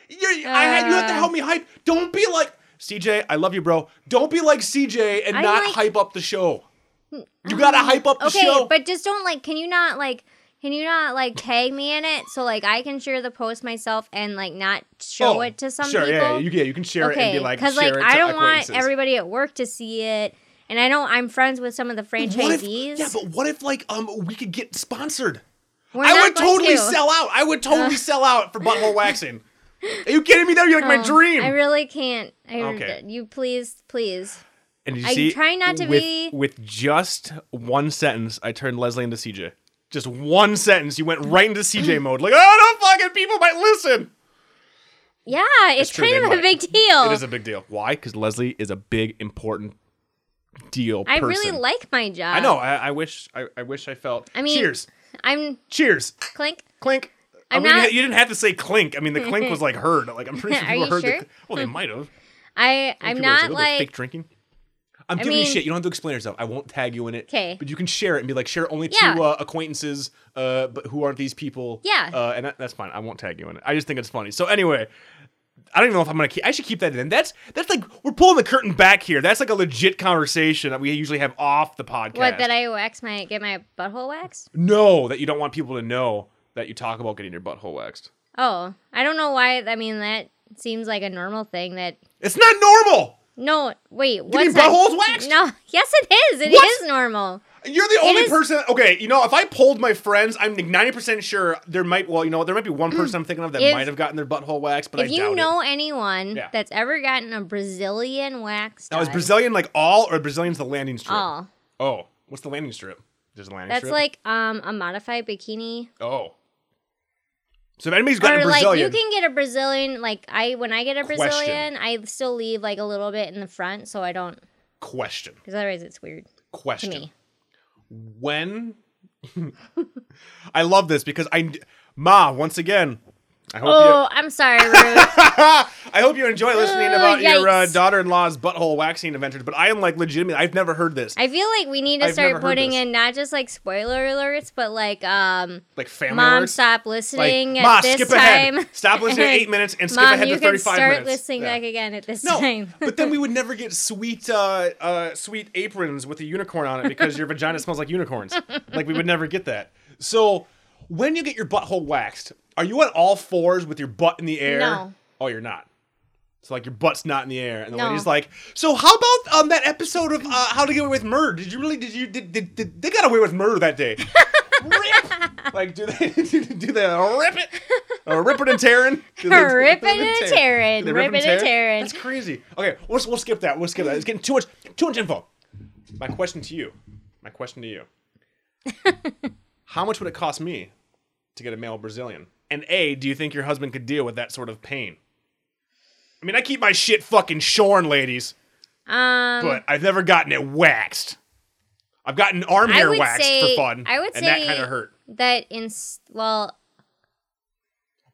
Speaker 5: You're, I had, you have to
Speaker 6: Uh.
Speaker 5: help me hype. Don't be like CJ. I love you, bro. Don't be like CJ and
Speaker 6: I'm
Speaker 5: not
Speaker 6: like- Mm,
Speaker 5: hype up the show. You gotta hype up the
Speaker 6: okay,
Speaker 5: show.
Speaker 6: but just don't like. Can you not like? Can you not like tag me in it so like I can share the post myself and like not show
Speaker 5: Oh,
Speaker 6: it to some
Speaker 5: sure,
Speaker 6: people?
Speaker 5: Yeah, you, yeah, you can share it and be like,
Speaker 6: because
Speaker 5: share
Speaker 6: like
Speaker 5: it
Speaker 6: I
Speaker 5: to
Speaker 6: don't want
Speaker 5: acquaintances.
Speaker 6: everybody at work to see it, and I know I'm friends with some of the
Speaker 5: What if-
Speaker 6: franchisees.
Speaker 5: yeah, but what if like um we could get sponsored?
Speaker 6: We're
Speaker 5: I
Speaker 6: not
Speaker 5: would
Speaker 6: going
Speaker 5: totally
Speaker 6: to.
Speaker 5: sell out. I would totally sell out for butthole
Speaker 6: *laughs*
Speaker 5: waxing. Are you kidding me? That'd be like my
Speaker 6: No,
Speaker 5: dream.
Speaker 6: Oh, I really can't. I,
Speaker 5: Okay.
Speaker 6: You please, please.
Speaker 5: and you
Speaker 6: I'm trying not to
Speaker 5: with,
Speaker 6: be-
Speaker 5: with just one sentence, I turned Leslie into CJ. Just one sentence, you went right into
Speaker 6: *laughs*
Speaker 5: CJ mode. Like, oh no, fucking people might listen.
Speaker 6: Yeah, it's,
Speaker 5: true,
Speaker 6: kind
Speaker 5: they
Speaker 6: of a
Speaker 5: might.
Speaker 6: big deal.
Speaker 5: It is a big deal. Why? Because Leslie is a big important deal.
Speaker 6: I
Speaker 5: person.
Speaker 6: really like my job.
Speaker 5: I know. I, I wish. I, I wish I felt.
Speaker 6: I mean-
Speaker 5: cheers,
Speaker 6: I'm
Speaker 5: cheers,
Speaker 6: clink.
Speaker 5: clink. I
Speaker 6: I'm
Speaker 5: mean,
Speaker 6: not-
Speaker 5: you didn't have to say clink. I mean, the clink
Speaker 6: *laughs*
Speaker 5: was like heard. Like I'm pretty sure
Speaker 6: Are
Speaker 5: people
Speaker 6: you
Speaker 5: heard.
Speaker 6: sure?
Speaker 5: The, well, they might have.
Speaker 6: I I'm
Speaker 5: People are
Speaker 6: not
Speaker 5: little bit fake
Speaker 6: like
Speaker 5: drinking. I'm giving you
Speaker 6: mean-
Speaker 5: shit. You don't have to explain yourself. I won't tag you in it.
Speaker 6: 'Kay.
Speaker 5: But you can share it and be like, share only
Speaker 6: Yeah.
Speaker 5: to uh, acquaintances, uh, but who aren't these people?
Speaker 6: Yeah.
Speaker 5: Uh, and that, that's fine. I won't tag you in it. I just think it's funny. So anyway, I don't even know if I'm gonna. keep I should keep that in. That's that's like we're pulling the curtain back here. That's like a legit conversation that we usually have off the podcast.
Speaker 6: what that I wax my get my butthole waxed.
Speaker 5: No, that you don't want people to know that you talk about getting your butthole waxed.
Speaker 6: Oh, I don't know why. I mean, that seems like a normal thing. That
Speaker 5: It's not normal.
Speaker 6: no, wait, what's
Speaker 5: Getting
Speaker 6: that-
Speaker 5: buttholes waxed?
Speaker 6: No, *laughs* yes, it is. It is
Speaker 5: What?
Speaker 6: normal.
Speaker 5: You're the only
Speaker 6: is-
Speaker 5: person. Okay, you know, if I polled my friends, I'm 90% sure there might, well, you know, there might be one person I'm thinking of that
Speaker 6: If-
Speaker 5: might have gotten their butthole waxed, but I
Speaker 6: Mm. If you
Speaker 5: doubt it.
Speaker 6: know anyone
Speaker 5: Yeah.
Speaker 6: that's ever gotten a Brazilian wax
Speaker 5: Now, is
Speaker 6: done,
Speaker 5: Brazilian like all or Brazilian's the landing strip?
Speaker 6: all
Speaker 5: Oh, what's the landing strip? There's a landing
Speaker 6: that's
Speaker 5: strip.
Speaker 6: like um a modified bikini,
Speaker 5: oh. So if anybody's gotten
Speaker 6: or
Speaker 5: a
Speaker 6: like
Speaker 5: Brazilian,
Speaker 6: you can get a Brazilian. Like I, when I get a
Speaker 5: Question.
Speaker 6: Brazilian, I still leave like a little bit in the front, so I don't
Speaker 5: question,
Speaker 6: because otherwise it's weird to
Speaker 5: question.
Speaker 6: me.
Speaker 5: when *laughs* I love this because I ma once again. I hope
Speaker 6: Oh, I'm sorry, Ruth.
Speaker 5: you I hope you enjoy listening
Speaker 6: Oh,
Speaker 5: about your uh,
Speaker 6: *laughs* yikes.
Speaker 5: daughter-in-law's butthole waxing adventures. But I am like legitimately I've never heard this
Speaker 6: I feel like we need
Speaker 5: *laughs*
Speaker 6: to
Speaker 5: I've never
Speaker 6: start
Speaker 5: heard
Speaker 6: putting
Speaker 5: this.
Speaker 6: in not just like spoiler alerts, but like um
Speaker 5: like family.
Speaker 6: mom
Speaker 5: alerts.
Speaker 6: stop
Speaker 5: like
Speaker 6: listening at
Speaker 5: ma
Speaker 6: this
Speaker 5: skip
Speaker 6: time.
Speaker 5: ahead.
Speaker 6: *laughs*
Speaker 5: Stop listening at eight minutes and skip
Speaker 6: mom,
Speaker 5: ahead
Speaker 6: you
Speaker 5: to
Speaker 6: can
Speaker 5: thirty-five
Speaker 6: start
Speaker 5: minutes.
Speaker 6: listening
Speaker 5: Yeah.
Speaker 6: back again at this
Speaker 5: No,
Speaker 6: time.
Speaker 5: but then we would never get sweet, uh, uh, sweet aprons with a unicorn on it because your vagina smells like unicorns. Like we would never get that. So when you get your butthole waxed, are you on all fours with your butt in the air?
Speaker 6: No.
Speaker 5: Oh, you're not. So like your butt's not in the air, and the
Speaker 6: No.
Speaker 5: lady's like, "So how about um that episode of uh, How to Get Away with Murder? Did you really? Did you? Did, did, did they got away with murder that day? rip! Like do they *laughs* do, do they rip it? Or rip it and
Speaker 6: *laughs*
Speaker 5: tearing? Do they-
Speaker 6: Ripping and tearing,
Speaker 5: Do they
Speaker 6: ripping and tearing.
Speaker 5: That's crazy. Okay, we'll, we'll skip that. We'll skip that. It's getting too much too much info. My question to you. My question to
Speaker 6: *laughs*
Speaker 5: you. How much would it cost me to get a male Brazilian? And A, do you think your husband could deal with that sort of pain? I mean, I keep my shit fucking shorn, ladies,
Speaker 6: *laughs* Um,
Speaker 5: but I've never gotten it waxed. I've gotten arm hair
Speaker 6: would
Speaker 5: waxed
Speaker 6: say-
Speaker 5: for fun,
Speaker 6: I would
Speaker 5: and that
Speaker 6: say-
Speaker 5: kind of hurt.
Speaker 6: that in s- well,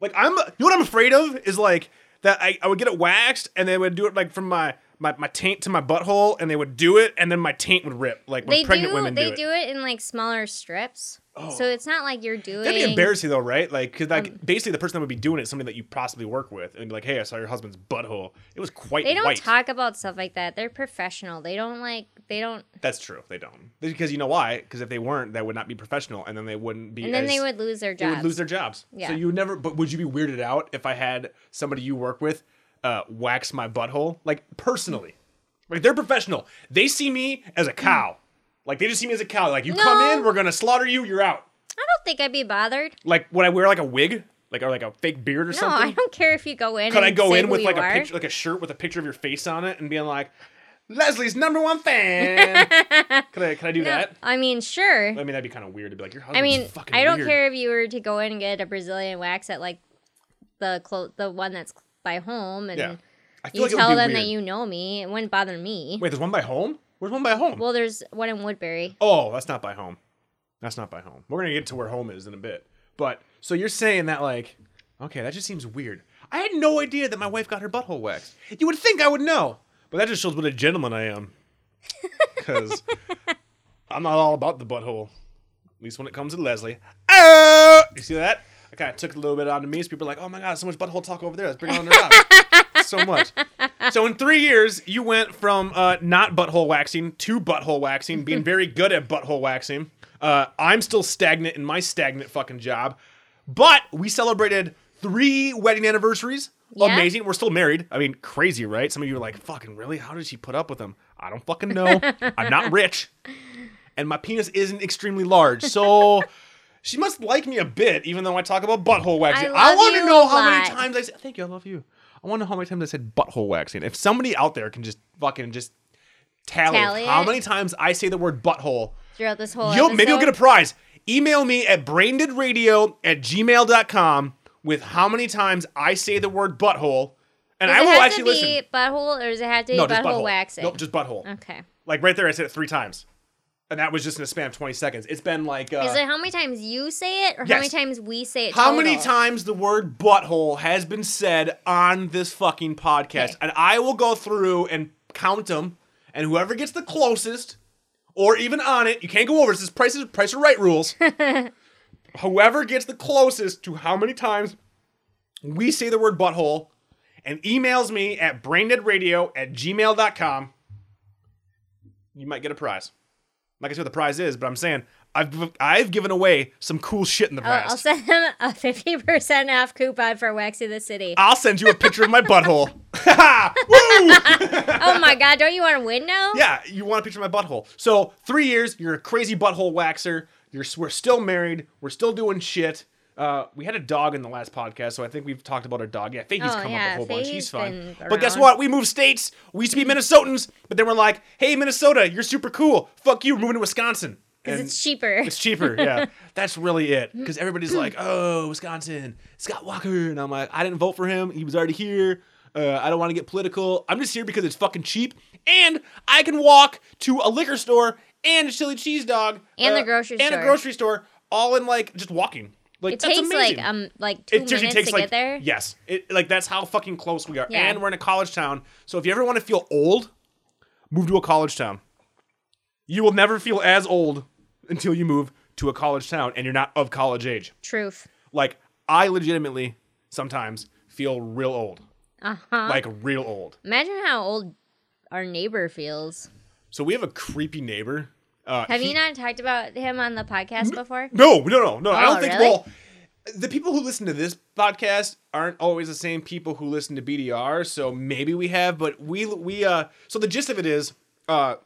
Speaker 5: Like I'm, you know what I'm afraid of is like that I, I would get it waxed and they would do it like from my, my my taint to my butthole and they would do it and then my taint would rip like when
Speaker 6: they
Speaker 5: pregnant
Speaker 6: do
Speaker 5: women
Speaker 6: they
Speaker 5: do it. Oh.
Speaker 6: do it in like smaller strips. So it's not like you're doing.
Speaker 5: That'd be embarrassing though, right? Like, 'cause, like
Speaker 6: Um,
Speaker 5: basically the person that would be doing it is somebody that you possibly work with and be like, hey, I saw your husband's butthole. It was quite
Speaker 6: They don't
Speaker 5: white.
Speaker 6: talk about stuff like that. They're professional. They don't like. They don't.
Speaker 5: That's true. They don't because you know why? Because if they weren't, that would not be professional and then they wouldn't be.
Speaker 6: And then
Speaker 5: as-
Speaker 6: they would lose their
Speaker 5: They
Speaker 6: jobs.
Speaker 5: would lose their jobs.
Speaker 6: Yeah.
Speaker 5: So you would never. But would you be weirded out if I had somebody you work with uh, wax my butthole, like personally? Like they're professional. They see me as a cow. Like they just see me as a cow. Like you
Speaker 6: No.
Speaker 5: come in, we're gonna slaughter you. You're out.
Speaker 6: I don't think I'd be bothered.
Speaker 5: Like would I wear like a wig, like or like a fake beard or
Speaker 6: No,
Speaker 5: something?
Speaker 6: I don't care if you go in.
Speaker 5: Could I
Speaker 6: and
Speaker 5: go
Speaker 6: say
Speaker 5: in
Speaker 6: who
Speaker 5: with like
Speaker 6: you
Speaker 5: a
Speaker 6: are.
Speaker 5: picture, like a shirt with a picture of your face on it, and being like, Leslie's number one
Speaker 6: *laughs*
Speaker 5: fan? could I? Could I do
Speaker 6: No,
Speaker 5: that?
Speaker 6: I mean, sure.
Speaker 5: I mean, that'd be kind of weird to be like your husband's
Speaker 6: I mean,
Speaker 5: fucking
Speaker 6: I don't
Speaker 5: weird.
Speaker 6: care if you were to go in and get a Brazilian wax at like the clo- the one that's by home, and
Speaker 5: Yeah. I feel
Speaker 6: you
Speaker 5: like it would
Speaker 6: tell
Speaker 5: be
Speaker 6: them
Speaker 5: weird.
Speaker 6: that you know me. It wouldn't bother me.
Speaker 5: Wait, there's one by home? Where's one by home?
Speaker 6: Well, there's one in Woodbury.
Speaker 5: oh, that's not by home. That's not by home. We're gonna get to where home is in a bit. But so you're saying that like, okay, that just seems weird. I had no idea that my wife got her butthole waxed. You would think I would know, but that just shows what a gentleman I am. Because I'm not all about the butthole. At least when it comes to Leslie. Oh, you see that? I kind of took a little bit onto me. So people are like, oh my god, so much butthole talk over there. Let's bring it on her up. so much. So in three years, you went from uh, not butthole waxing to butthole waxing, being very good at butthole waxing. Uh, I'm still stagnant in my stagnant fucking job, but we celebrated three wedding anniversaries.
Speaker 6: Yeah.
Speaker 5: Amazing. We're still married. I mean, crazy, right? Some of you are like, fucking really? How did she put up with him? I don't fucking know. I'm not rich. And my penis isn't extremely large.
Speaker 6: *laughs*
Speaker 5: So she must like me a bit, even though I talk about butthole waxing. I,
Speaker 6: love
Speaker 5: want to
Speaker 6: you
Speaker 5: know
Speaker 6: a
Speaker 5: how many
Speaker 6: lot.
Speaker 5: times I said, thank you, I love you. I want to know how many times I said butthole waxing. If somebody out there can just fucking just tally,
Speaker 6: Tally
Speaker 5: how
Speaker 6: it.
Speaker 5: many times I say the word butthole,
Speaker 6: Throughout this whole,
Speaker 5: Yo, maybe you'll get a
Speaker 6: episode.
Speaker 5: prize. Email me at braindeadradio at gmail.com with how many times I say the word butthole, and
Speaker 6: Does
Speaker 5: I
Speaker 6: it
Speaker 5: will
Speaker 6: have
Speaker 5: actually
Speaker 6: to
Speaker 5: listen.
Speaker 6: be butthole, or does it have to be
Speaker 5: no,
Speaker 6: butthole,
Speaker 5: just butthole.
Speaker 6: waxing?
Speaker 5: Nope, just butthole.
Speaker 6: okay.
Speaker 5: Like right there, I said it three times, and that was just in a span of twenty seconds. It's been like uh,
Speaker 6: Is it how many times you say it, or how
Speaker 5: Yes.
Speaker 6: many times we say it?
Speaker 5: How many
Speaker 6: total?
Speaker 5: times the word butthole has been said on this fucking podcast?
Speaker 6: Okay.
Speaker 5: And I will go through and count them, and whoever gets the closest, or even on it, you can't go over. This is Price is Price are Right
Speaker 6: *laughs*
Speaker 5: rules. whoever gets the closest to how many times we say the word butthole, and emails me at braindeadradio at gmail.com, you might get a prize. Like I said, what the prize is, but I'm saying I've I've given away some cool shit in the past.
Speaker 6: I'll, I'll send them a fifty percent off coupon for Waxy the
Speaker 5: *laughs*
Speaker 6: City.
Speaker 5: I'll send you a picture of my butthole. Woo!
Speaker 6: oh my god, don't you want to win now?
Speaker 5: *laughs* yeah, you want a picture of my butthole. So three years, you're a crazy butthole waxer. You're we're still married. We're still doing shit. Uh, we had a dog in the last podcast, so I think we've talked about our dog. Yeah, Fahey's
Speaker 6: Oh,
Speaker 5: come up
Speaker 6: yeah,
Speaker 5: a whole bunch. He's
Speaker 6: Fahey's
Speaker 5: fun.
Speaker 6: been
Speaker 5: But guess
Speaker 6: around.
Speaker 5: what? We moved states. We used to be Minnesotans, but then we're like, hey, Minnesota, you're super cool. Fuck you, moving to Wisconsin.
Speaker 6: because
Speaker 5: And-
Speaker 6: it's cheaper.
Speaker 5: It's cheaper,
Speaker 6: *laughs*
Speaker 5: yeah. That's really it. Because everybody's like, oh, Wisconsin, Scott Walker. And I'm like, I didn't vote for him. He was already here. Uh, I don't want to get political. I'm just here because it's fucking cheap. And I can walk to a liquor store and a chili cheese dog.
Speaker 6: And the
Speaker 5: uh,
Speaker 6: grocery
Speaker 5: and
Speaker 6: store.
Speaker 5: a grocery store, all in like just walking. Like,
Speaker 6: It
Speaker 5: that's
Speaker 6: takes
Speaker 5: amazing.
Speaker 6: like um like two minutes to
Speaker 5: like
Speaker 6: get there.
Speaker 5: yes, it, like that's how fucking close we are,
Speaker 6: Yeah.
Speaker 5: and we're in a college town. So if you ever want to feel old, move to a college town. You will never feel as old until you move to a college town and you're not of college age.
Speaker 6: Truth.
Speaker 5: Like I legitimately sometimes feel real old, uh-huh. like real old.
Speaker 6: Imagine how old our neighbor feels.
Speaker 5: So we have a creepy neighbor Uh,
Speaker 6: Have
Speaker 5: he- *laughs*
Speaker 6: you not talked about him on the podcast
Speaker 5: Mm-hmm.
Speaker 6: before?
Speaker 5: No, no, no, no. I
Speaker 6: Oh,
Speaker 5: don't think.
Speaker 6: really?
Speaker 5: Well, the people who listen to this podcast aren't always the same people who listen to BDR. So maybe we have, but we we uh. So the gist of it is, uh,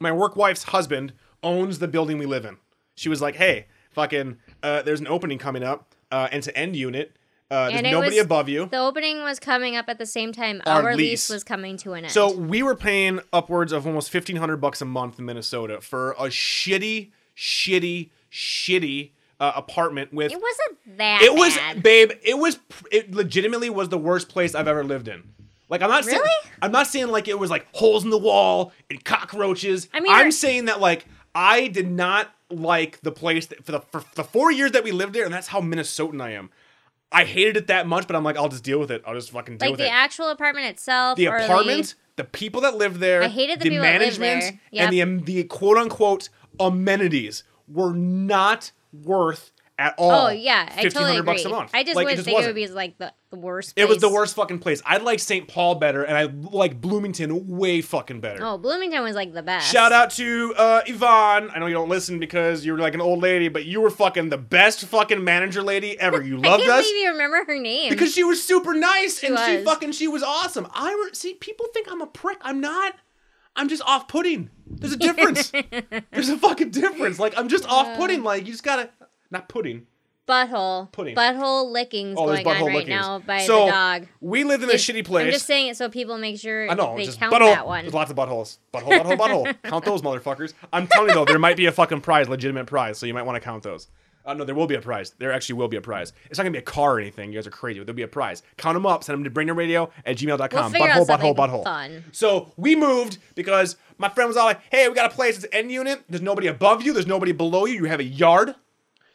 Speaker 5: my work wife's husband owns the building we live in. She was like, "Hey, fucking, uh, there's an opening coming up, uh, and to end unit, uh, there's
Speaker 6: And it
Speaker 5: nobody
Speaker 6: was-
Speaker 5: above you."
Speaker 6: The opening was coming up at the same time
Speaker 5: Our
Speaker 6: our,
Speaker 5: lease.
Speaker 6: lease. was coming to an end.
Speaker 5: So we were paying upwards of almost fifteen hundred bucks a month in Minnesota for a shitty, shitty, shitty uh, apartment with
Speaker 6: it wasn't that.
Speaker 5: It was,
Speaker 6: bad.
Speaker 5: babe. It was. pr- It legitimately was the worst place I've ever lived in. Like I'm not saying.
Speaker 6: Really?
Speaker 5: I'm not saying like it was like holes in the wall and cockroaches.
Speaker 6: I mean,
Speaker 5: I'm
Speaker 6: there-
Speaker 5: saying that like I did not like the place that, for the for the four years that we lived there, and that's how Minnesotan I am. I hated it that much, but I'm like, I'll just deal with it. I'll just fucking deal
Speaker 6: like
Speaker 5: with
Speaker 6: the
Speaker 5: it.
Speaker 6: actual apartment itself.
Speaker 5: the
Speaker 6: or
Speaker 5: apartment, the people that lived there,
Speaker 6: I hated the people that lived
Speaker 5: management,
Speaker 6: there.
Speaker 5: and the um, the quote unquote amenities were not worth at all.
Speaker 6: Oh yeah, I totally
Speaker 5: 1500
Speaker 6: agree.
Speaker 5: bucks a month.
Speaker 6: I just
Speaker 5: Like,
Speaker 6: wouldn't think
Speaker 5: wasn't.
Speaker 6: it would be like the, the worst.
Speaker 5: It was the
Speaker 6: place.
Speaker 5: worst fucking place. I like St. Paul better, and I like Bloomington way fucking better.
Speaker 6: Oh, Bloomington was like the best.
Speaker 5: Shout out to uh, Yvonne. I know you don't listen because you're like an old lady, but you were fucking the best fucking manager lady ever. You
Speaker 6: *laughs* I
Speaker 5: loved
Speaker 6: can't
Speaker 5: us
Speaker 6: believe you remember her name.
Speaker 5: because she was super nice and she
Speaker 6: was.
Speaker 5: fucking she was awesome. I re- see people think I'm a prick. I'm not. I'm just off putting. There's a
Speaker 6: *laughs*
Speaker 5: difference. There's a fucking difference. Like I'm just off putting. Like you just gotta not pudding.
Speaker 6: butthole,
Speaker 5: Pudding.
Speaker 6: butthole lickings
Speaker 5: Oh, there's
Speaker 6: going on
Speaker 5: butthole
Speaker 6: right
Speaker 5: lickings.
Speaker 6: now by
Speaker 5: so
Speaker 6: the dog.
Speaker 5: we lived in a
Speaker 6: Just-
Speaker 5: shitty place.
Speaker 6: I'm just saying it so people make sure
Speaker 5: I know.
Speaker 6: they
Speaker 5: just
Speaker 6: count
Speaker 5: butthole.
Speaker 6: that one.
Speaker 5: There's lots of buttholes. Butthole, butthole,
Speaker 6: *laughs*
Speaker 5: butthole. count those motherfuckers. I'm telling you though, there might be a fucking prize, legitimate prize. So you might want to count those. Uh, no, there will be a prize. There actually will be a prize. It's not gonna be a car or anything. You guys are crazy. But there'll be a prize. Count them up. Send them to brainradio at gmail.com.
Speaker 6: We'll figure
Speaker 5: butthole,
Speaker 6: out something
Speaker 5: butthole, butthole.
Speaker 6: fun.
Speaker 5: So we moved because my friend was all like, "Hey, we got a place. It's end unit. There's nobody above you. There's nobody below you. You have a yard.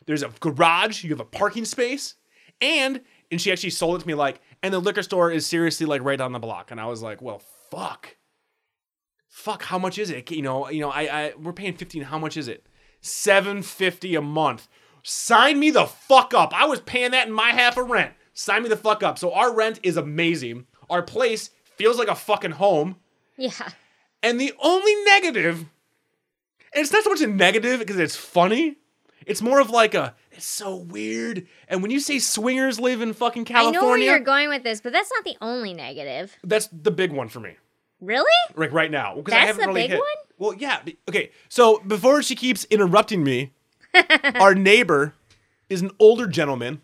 Speaker 5: There's a garage. You have a parking space." And and she actually sold it to me like, and the liquor store is seriously like right down the block. And I was like, well, fuck, fuck, how much is it? You know, you know, I, I we're paying fifteen. How much is it? Seven fifty a month. Sign me the fuck up. I was paying that in my half of rent. Sign me the fuck up. So our rent is amazing. Our place feels like a fucking home.
Speaker 6: yeah.
Speaker 5: And the only negative, and it's not so much a negative because it's funny. It's more of like a, it's so weird. And when you say swingers live in fucking
Speaker 6: I know where you're
Speaker 5: California,
Speaker 6: going with this, but that's not the only negative.
Speaker 5: that's the big one for me.
Speaker 6: Really?
Speaker 5: Like right now. 'cause I
Speaker 6: That's
Speaker 5: haven't
Speaker 6: the
Speaker 5: really
Speaker 6: big
Speaker 5: hit-
Speaker 6: one?
Speaker 5: Well, yeah. be- Okay. So before she keeps interrupting
Speaker 6: *laughs*
Speaker 5: me, our neighbor is an older gentleman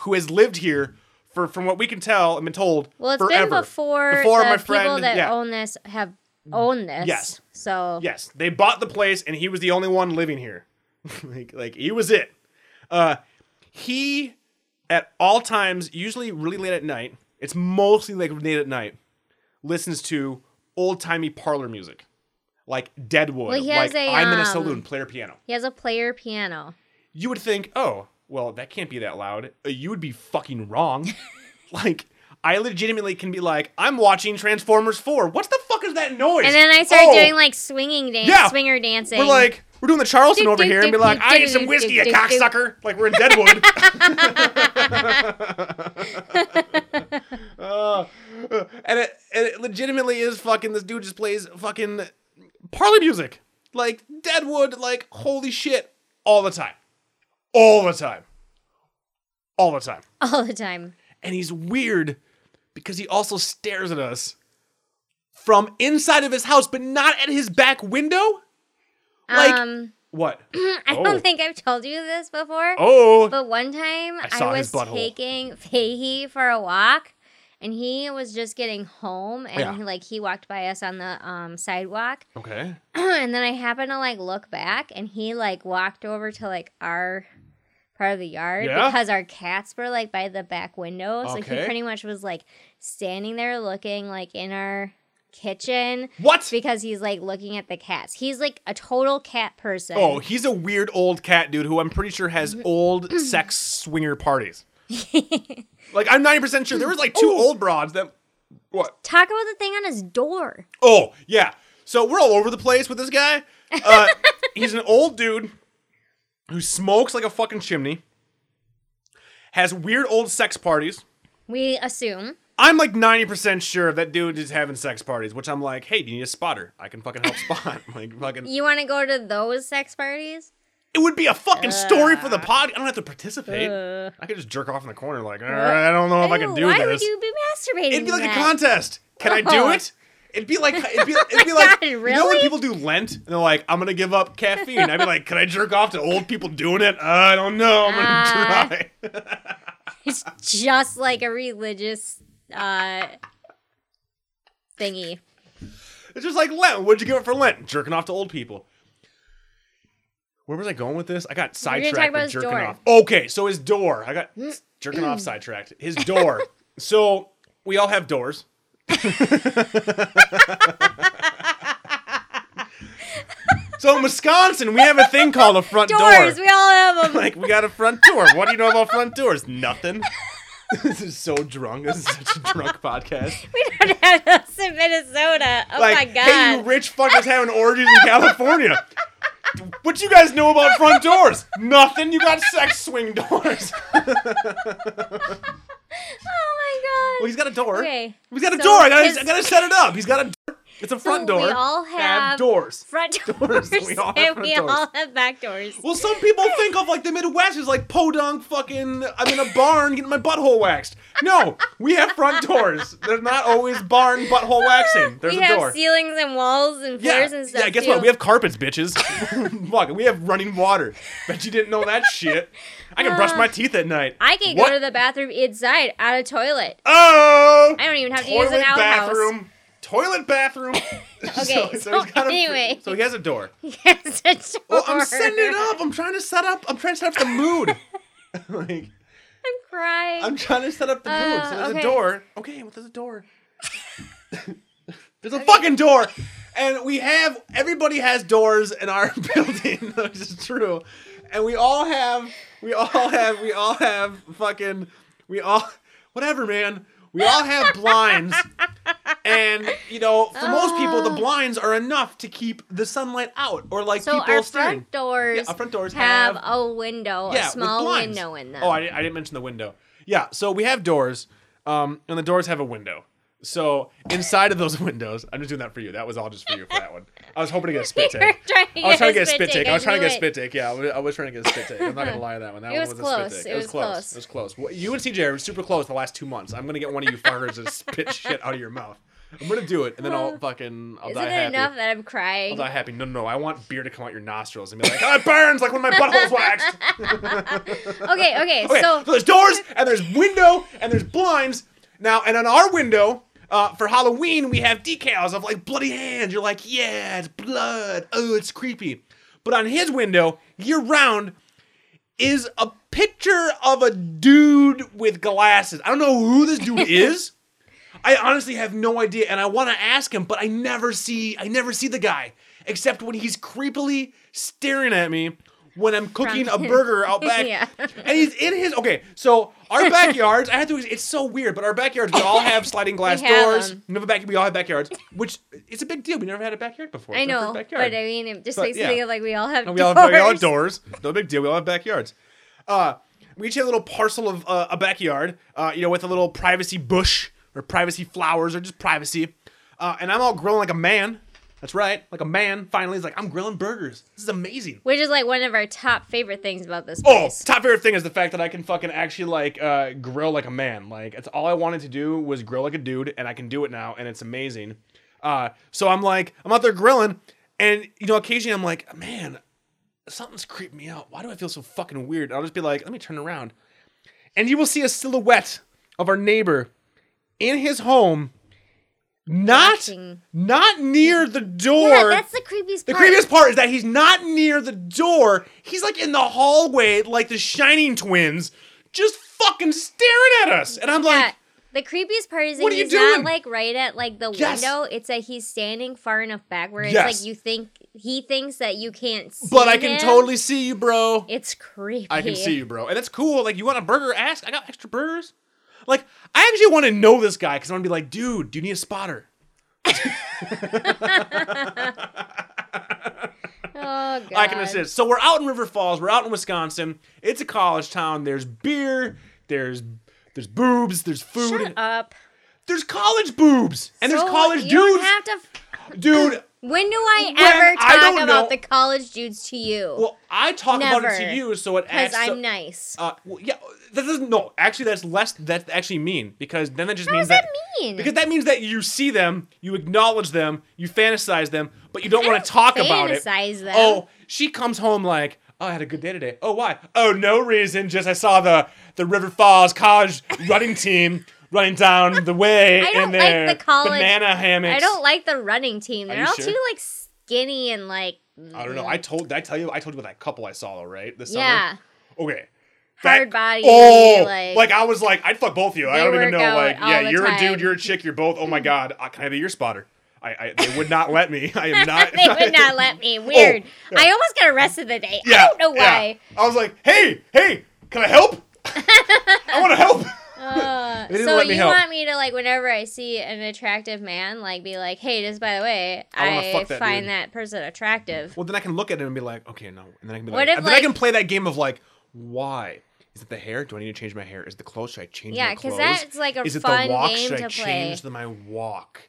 Speaker 5: who has lived here for, from what we can tell and been told,
Speaker 6: Well, it's
Speaker 5: forever.
Speaker 6: been before, the people that
Speaker 5: yeah. Mm.
Speaker 6: own this have owned this.
Speaker 5: Yes.
Speaker 6: So
Speaker 5: Yes, they bought the place, and he was the only one living here. *laughs* like, like he was it. Uh, he at all times, usually really late at night. It's mostly like late at night. Listens to old timey parlor music, like Deadwood.
Speaker 6: Well, he
Speaker 5: like
Speaker 6: has a,
Speaker 5: I'm in a
Speaker 6: um,
Speaker 5: saloon, player piano.
Speaker 6: he has a player piano.
Speaker 5: You would think, oh, well, that can't be that loud. Uh, You would be fucking
Speaker 6: *laughs*
Speaker 5: wrong. like. I legitimately can be like, I'm watching Transformers 4. What's the fuck is that noise?
Speaker 6: And then I started
Speaker 5: Oh!
Speaker 6: doing like swinging dance,
Speaker 5: Yeah.
Speaker 6: swinger dancing.
Speaker 5: We're like, we're doing the Charleston over here and be like, I need some whiskey, you cocksucker. Like we're in Deadwood. Uh, and, it, and it legitimately is fucking, this dude just plays fucking parlor music. Like Deadwood, like holy shit. All the time. All the time. All the time
Speaker 6: *laughs* all the time.
Speaker 5: and he's weird because he also stares at us from inside of his house, but not at his back window. Like
Speaker 6: um,
Speaker 5: what?
Speaker 6: I
Speaker 5: Oh.
Speaker 6: don't think I've told you this before. *clears throat*
Speaker 5: Oh,
Speaker 6: But one time I,
Speaker 5: saw his
Speaker 6: was
Speaker 5: butthole.
Speaker 6: taking Fahey for a walk and he was just getting home and
Speaker 5: Yeah.
Speaker 6: he, like he walked by us on the um, sidewalk *clears throat*
Speaker 5: okay.
Speaker 6: and then I happened to like look back and he like walked over to like our part of the yard
Speaker 5: Yeah?
Speaker 6: because our cats were like by the back window so
Speaker 5: Okay.
Speaker 6: he pretty much was like standing there looking like in our kitchen
Speaker 5: What?
Speaker 6: because he's like looking at the cats. He's like a total cat person.
Speaker 5: Oh, he's a weird old cat dude who I'm pretty sure has old sex swinger parties. like I'm 90% sure there was like two old broads that what?
Speaker 6: Talk about the thing on his door.
Speaker 5: Oh, yeah. So we're all over the place with this guy. Uh, he's an old dude who smokes like a fucking chimney, has weird old sex parties.
Speaker 6: We assume.
Speaker 5: I'm like 90% sure that dude is having sex parties, which I'm like, hey, do you need a spotter? I can fucking help spot. *laughs* like, fucking.
Speaker 6: You want to go to those sex parties?
Speaker 5: It would be a fucking story for the
Speaker 6: Uh.
Speaker 5: pod. I don't have to participate. I could just jerk off in the corner, like, "All right, I don't know if I can
Speaker 6: Ew,
Speaker 5: do
Speaker 6: Uh. why
Speaker 5: this.
Speaker 6: would you be masturbating?
Speaker 5: It'd be
Speaker 6: to
Speaker 5: like a
Speaker 6: that?
Speaker 5: contest. Can I do
Speaker 6: Oh.
Speaker 5: it? It'd be like it'd be,
Speaker 6: *laughs*
Speaker 5: it'd be like
Speaker 6: God,
Speaker 5: you know when
Speaker 6: really?
Speaker 5: people do Lent and they're like, I'm gonna give up caffeine. I'd be like, can I jerk off to old people doing it? "Uh, I don't know. I'm
Speaker 6: Ah.
Speaker 5: gonna try.
Speaker 6: It's just like a religious uh, thingy.
Speaker 5: It's just like Lent. What'd you give up for Lent? Jerking off to old people. Where was I going with this? I got
Speaker 6: were gonna
Speaker 5: sidetracked
Speaker 6: talk about
Speaker 5: with
Speaker 6: his
Speaker 5: jerking
Speaker 6: door. Mm.
Speaker 5: off. Okay, so his door. I got *clears throat* jerking off sidetracked. His door.
Speaker 6: *laughs*
Speaker 5: so we all have doors. *laughs* so in Wisconsin, we have a thing called a
Speaker 6: *laughs*
Speaker 5: front
Speaker 6: Doors,
Speaker 5: door.
Speaker 6: we all have
Speaker 5: *laughs*
Speaker 6: them.
Speaker 5: like we got a front door. What do you know about front doors? Nothing. *laughs* this is so drunk. This is such a drunk podcast
Speaker 6: we don't have those in Minnesota. Oh
Speaker 5: like,
Speaker 6: my god.
Speaker 5: hey, you rich fuckers having orgies in California. What you guys know about front doors? Nothing. You got sex swing doors. well,
Speaker 6: oh my god.
Speaker 5: he's got a door.
Speaker 6: Okay,
Speaker 5: He's got a
Speaker 6: so
Speaker 5: door. I gotta,
Speaker 6: his-
Speaker 5: I gotta set it up. He's got a door. It's a front
Speaker 6: So
Speaker 5: door.
Speaker 6: We all
Speaker 5: that
Speaker 6: have
Speaker 5: doors.
Speaker 6: Front
Speaker 5: Doors.
Speaker 6: doors.
Speaker 5: We
Speaker 6: *laughs*
Speaker 5: all have
Speaker 6: and
Speaker 5: front
Speaker 6: we
Speaker 5: doors.
Speaker 6: all have back doors.
Speaker 5: Well, some people think of like the Midwest is like podunk fucking. I'm in a barn getting my butthole waxed. No, we have front doors. They're not always barn butthole waxing. There's
Speaker 6: we
Speaker 5: a
Speaker 6: have
Speaker 5: door.
Speaker 6: ceilings and walls and floors and stuff.
Speaker 5: Yeah, guess
Speaker 6: too.
Speaker 5: what? We have carpets,
Speaker 6: *laughs*
Speaker 5: bitches. Fuck, we have running water. Bet you didn't know that shit. I can brush my teeth at night.
Speaker 6: Uh, I can
Speaker 5: What?
Speaker 6: go to the bathroom inside out of toilet.
Speaker 5: Oh!
Speaker 6: I don't even have to
Speaker 5: toilet
Speaker 6: use an outhouse.
Speaker 5: bathroom. Toilet bathroom.
Speaker 6: *laughs*
Speaker 5: *laughs*
Speaker 6: Okay, so
Speaker 5: he's got a-
Speaker 6: anyway.
Speaker 5: so he has a
Speaker 6: *laughs*
Speaker 5: door.
Speaker 6: Yes, it's a
Speaker 5: Well, I'm
Speaker 6: door.
Speaker 5: setting it up. I'm trying to set up. I'm trying to set up the
Speaker 6: *laughs*
Speaker 5: mood. *laughs* like,
Speaker 6: I'm crying.
Speaker 5: I'm trying to set up the mood.
Speaker 6: Uh,
Speaker 5: So there's a
Speaker 6: okay.
Speaker 5: door. Okay, well, there's a
Speaker 6: *laughs*
Speaker 5: door. there's a fucking door. And we have everybody has doors in our *laughs* building, which is true. And we all have we all have we all have fucking we all whatever, man. We all have blinds. And you know, for most people the blinds are enough to keep the sunlight out or like
Speaker 6: Oh. so
Speaker 5: people
Speaker 6: our
Speaker 5: staring.
Speaker 6: front doors,
Speaker 5: Yeah, our front doors
Speaker 6: have,
Speaker 5: have-
Speaker 6: a window, a
Speaker 5: Yeah, with
Speaker 6: small
Speaker 5: blinds.
Speaker 6: window in them.
Speaker 5: Oh, I, di- I didn't mention the window. Yeah, so we have doors, um, and the doors have a window. So inside of those *laughs* windows, I'm just doing that for you. That was all just for you for that one. I was hoping to get a
Speaker 6: *laughs*
Speaker 5: spit
Speaker 6: You were
Speaker 5: take.
Speaker 6: trying to
Speaker 5: I was
Speaker 6: get
Speaker 5: trying
Speaker 6: a
Speaker 5: to get a spit take. I was trying to
Speaker 6: knew
Speaker 5: get a
Speaker 6: it.
Speaker 5: spit take. Yeah, I was, I was trying to get a spit take. I'm not
Speaker 6: *laughs*
Speaker 5: gonna lie to that one. That
Speaker 6: It
Speaker 5: one
Speaker 6: was
Speaker 5: was a
Speaker 6: close.
Speaker 5: spit take.
Speaker 6: It was close.
Speaker 5: It was close. Well, you and CJ are super close the last two months. I'm gonna get one of you fuckers to spit shit out of your mouth. I'm gonna do it, and then I'll fucking I'll
Speaker 6: Isn't
Speaker 5: die
Speaker 6: it
Speaker 5: happy.
Speaker 6: enough that I'm
Speaker 5: I'll
Speaker 6: crying?
Speaker 5: die happy. No, no, no. I want beer to come out your nostrils and be like, oh, it burns like when
Speaker 6: *laughs*
Speaker 5: my butthole's waxed.
Speaker 6: Okay, okay,
Speaker 5: *laughs* Okay, so,
Speaker 6: so
Speaker 5: there's doors and there's window and there's blinds. Now, and on our window uh, for Halloween, we have decals of like bloody hands. You're like, yeah, it's blood. Oh, it's creepy. But on his window, year round, is a picture of a dude with glasses. I don't know who this dude is. I honestly have no idea, and I want to ask him, but I never see. I never see the guy except when he's creepily staring at me when I'm cooking a burger
Speaker 6: *laughs*
Speaker 5: out back.
Speaker 6: Yeah.
Speaker 5: And he's in his okay. So
Speaker 6: *laughs*
Speaker 5: our backyards, I have to. It's so weird, but our backyards we all have sliding glass
Speaker 6: *laughs* We have
Speaker 5: doors.
Speaker 6: them.
Speaker 5: We have a back. We all have backyards, which it's a big deal. We never had a backyard before.
Speaker 6: I
Speaker 5: It's our
Speaker 6: know,
Speaker 5: first
Speaker 6: but I
Speaker 5: backyard.
Speaker 6: mean, it just
Speaker 5: But,
Speaker 6: makes
Speaker 5: yeah.
Speaker 6: me think of like we all have
Speaker 5: And we
Speaker 6: doors.
Speaker 5: all have we all have doors. No big deal. We all have backyards. Uh, we each have a little parcel of uh, a backyard, uh, you know, with a little privacy bush or privacy flowers or just privacy. Uh, and I'm all grilling like a man. That's right, like a man. Finally, he's like, I'm grilling burgers. This is amazing.
Speaker 6: Which is like one of our top favorite things about this
Speaker 5: Oh,
Speaker 6: place.
Speaker 5: top favorite thing is the fact that I can fucking actually like uh, grill like a man. Like it's all I wanted to do was grill like a dude, and I can do it now, and it's amazing. Uh, so I'm like, I'm out there grilling, and you know, occasionally I'm like, man, something's creeping me out. Why do I feel so fucking weird? I'll just be like, let me turn around, and you will see a silhouette of our neighbor in his home, not
Speaker 6: Watching.
Speaker 5: not near the door.
Speaker 6: yeah, that's the creepiest
Speaker 5: The
Speaker 6: part.
Speaker 5: creepiest part is that he's not near the door. He's like in the hallway, like the Shining Twins, just fucking staring at us. And I'm
Speaker 6: Yeah,
Speaker 5: like,
Speaker 6: the creepiest part is that
Speaker 5: What are you
Speaker 6: he's
Speaker 5: doing?
Speaker 6: not like right at like the
Speaker 5: Yes.
Speaker 6: window. It's that he's standing far enough back where it's
Speaker 5: Yes.
Speaker 6: like you think he thinks that you can't see.
Speaker 5: but I can
Speaker 6: him.
Speaker 5: totally see you, bro.
Speaker 6: It's creepy.
Speaker 5: I can see you, bro. And that's cool. Like, you want a burger? Ask. I got extra burgers. Like, I actually want to know this guy because I want to be like, dude, do you need a spotter?
Speaker 6: Oh god.
Speaker 5: I can assist. So we're out in River Falls. We're out in Wisconsin. It's a college town. There's beer. There's there's boobs. There's food.
Speaker 6: Shut up.
Speaker 5: There's college boobs and there's college
Speaker 6: you
Speaker 5: dudes.
Speaker 6: Don't have to f-
Speaker 5: Dude,
Speaker 6: when do I
Speaker 5: When-
Speaker 6: ever
Speaker 5: I
Speaker 6: talk
Speaker 5: don't
Speaker 6: about
Speaker 5: know.
Speaker 6: the college dudes to you?
Speaker 5: well, I talk about it
Speaker 6: Never.
Speaker 5: to you, so it
Speaker 6: because
Speaker 5: acts.
Speaker 6: I'm
Speaker 5: so-
Speaker 6: nice.
Speaker 5: Uh, well, yeah, that doesn't. No, actually, that's less. That's actually mean because then that just
Speaker 6: What
Speaker 5: means
Speaker 6: does that,
Speaker 5: that
Speaker 6: mean?
Speaker 5: Because that means that you see them, you acknowledge them, you fantasize them, but you don't
Speaker 6: I
Speaker 5: want to
Speaker 6: don't
Speaker 5: talk about it.
Speaker 6: fantasize them.
Speaker 5: Oh, she comes home like, oh, I had a good day today. Oh, why? Oh, no reason. Just I saw the the River Falls College running team running down the way
Speaker 6: I
Speaker 5: in
Speaker 6: don't
Speaker 5: their
Speaker 6: like the college.
Speaker 5: banana hammocks.
Speaker 6: I don't like the running team. They're
Speaker 5: you
Speaker 6: all
Speaker 5: sure?
Speaker 6: too like skinny and like
Speaker 5: I don't know. I told. Did I tell you. I told you about that couple I saw though, right? This
Speaker 6: yeah.
Speaker 5: *laughs* summer. Okay.
Speaker 6: Hard body,
Speaker 5: Oh,
Speaker 6: like-
Speaker 5: like I was like, I'd fuck both of you. I
Speaker 6: They
Speaker 5: don't even
Speaker 6: work
Speaker 5: know.
Speaker 6: out
Speaker 5: Like,
Speaker 6: all
Speaker 5: yeah,
Speaker 6: the
Speaker 5: you're a
Speaker 6: time.
Speaker 5: dude, you're a chick, you're both. Oh my god, I, can I be your spotter? I, I they would not let me. I
Speaker 6: *laughs*
Speaker 5: am not.
Speaker 6: they would not let me. Weird. I almost got arrested the day. I don't
Speaker 5: *laughs*
Speaker 6: know
Speaker 5: Oh, yeah.
Speaker 6: why.
Speaker 5: I was like, hey, hey, can I
Speaker 6: *laughs*
Speaker 5: help? I want to help.
Speaker 6: Uh,
Speaker 5: didn't
Speaker 6: so
Speaker 5: let me
Speaker 6: you
Speaker 5: help.
Speaker 6: want me to like whenever I see an attractive man, like be like, hey, just by the way,
Speaker 5: I wanna
Speaker 6: I,
Speaker 5: fuck that
Speaker 6: find
Speaker 5: dude."
Speaker 6: that person
Speaker 5: *laughs*
Speaker 6: attractive.
Speaker 5: Well, then I can look at it and be like, okay, no. And then I can be
Speaker 6: What
Speaker 5: like,
Speaker 6: if,
Speaker 5: and then I
Speaker 6: like-
Speaker 5: can play that game of like, why? Is it the hair? Do I need to change my hair? Is it the clothes? Should I change
Speaker 6: Yeah,
Speaker 5: my
Speaker 6: 'cause
Speaker 5: clothes?
Speaker 6: that's, like, a
Speaker 5: Is it
Speaker 6: fun
Speaker 5: the walk?
Speaker 6: game
Speaker 5: Should I
Speaker 6: to play.
Speaker 5: change the, my walk?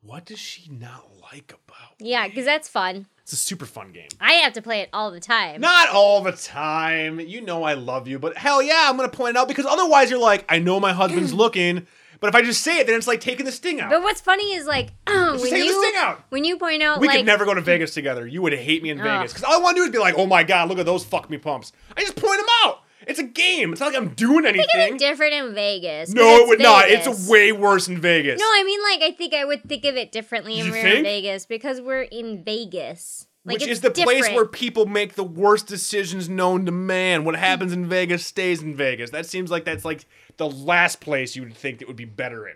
Speaker 5: What does she not like about?
Speaker 6: Yeah, because that's fun.
Speaker 5: It's a super fun game.
Speaker 6: I have to play it all the time.
Speaker 5: Not all the time. You know I love you, but hell yeah, I'm gonna point it out because otherwise you're like, I know my
Speaker 6: *clears throat*
Speaker 5: husband's looking, but if I just say it, then it's like taking the sting out.
Speaker 6: But what's funny is like *clears throat* when
Speaker 5: take this
Speaker 6: you
Speaker 5: thing out.
Speaker 6: when you point out
Speaker 5: we
Speaker 6: like
Speaker 5: could never go to Vegas together. You would hate me in
Speaker 6: Ugh.
Speaker 5: Vegas because all I want to do is be like, oh my god, look at those fuck me pumps. I just point them out. It's a game. It's not like I'm doing
Speaker 6: it could be
Speaker 5: anything.
Speaker 6: different in Vegas. 'cause
Speaker 5: No, it
Speaker 6: it's
Speaker 5: would not. It's
Speaker 6: Vegas.
Speaker 5: way worse in Vegas.
Speaker 6: No, I mean like I think I would think of it differently if
Speaker 5: You
Speaker 6: we were in
Speaker 5: think?
Speaker 6: Vegas because we're in Vegas. Like,
Speaker 5: Which
Speaker 6: it's
Speaker 5: is the place
Speaker 6: different.
Speaker 5: where people make the worst decisions known to man. What happens in Vegas stays in Vegas. That seems like that's like the last place you would think it would be better in.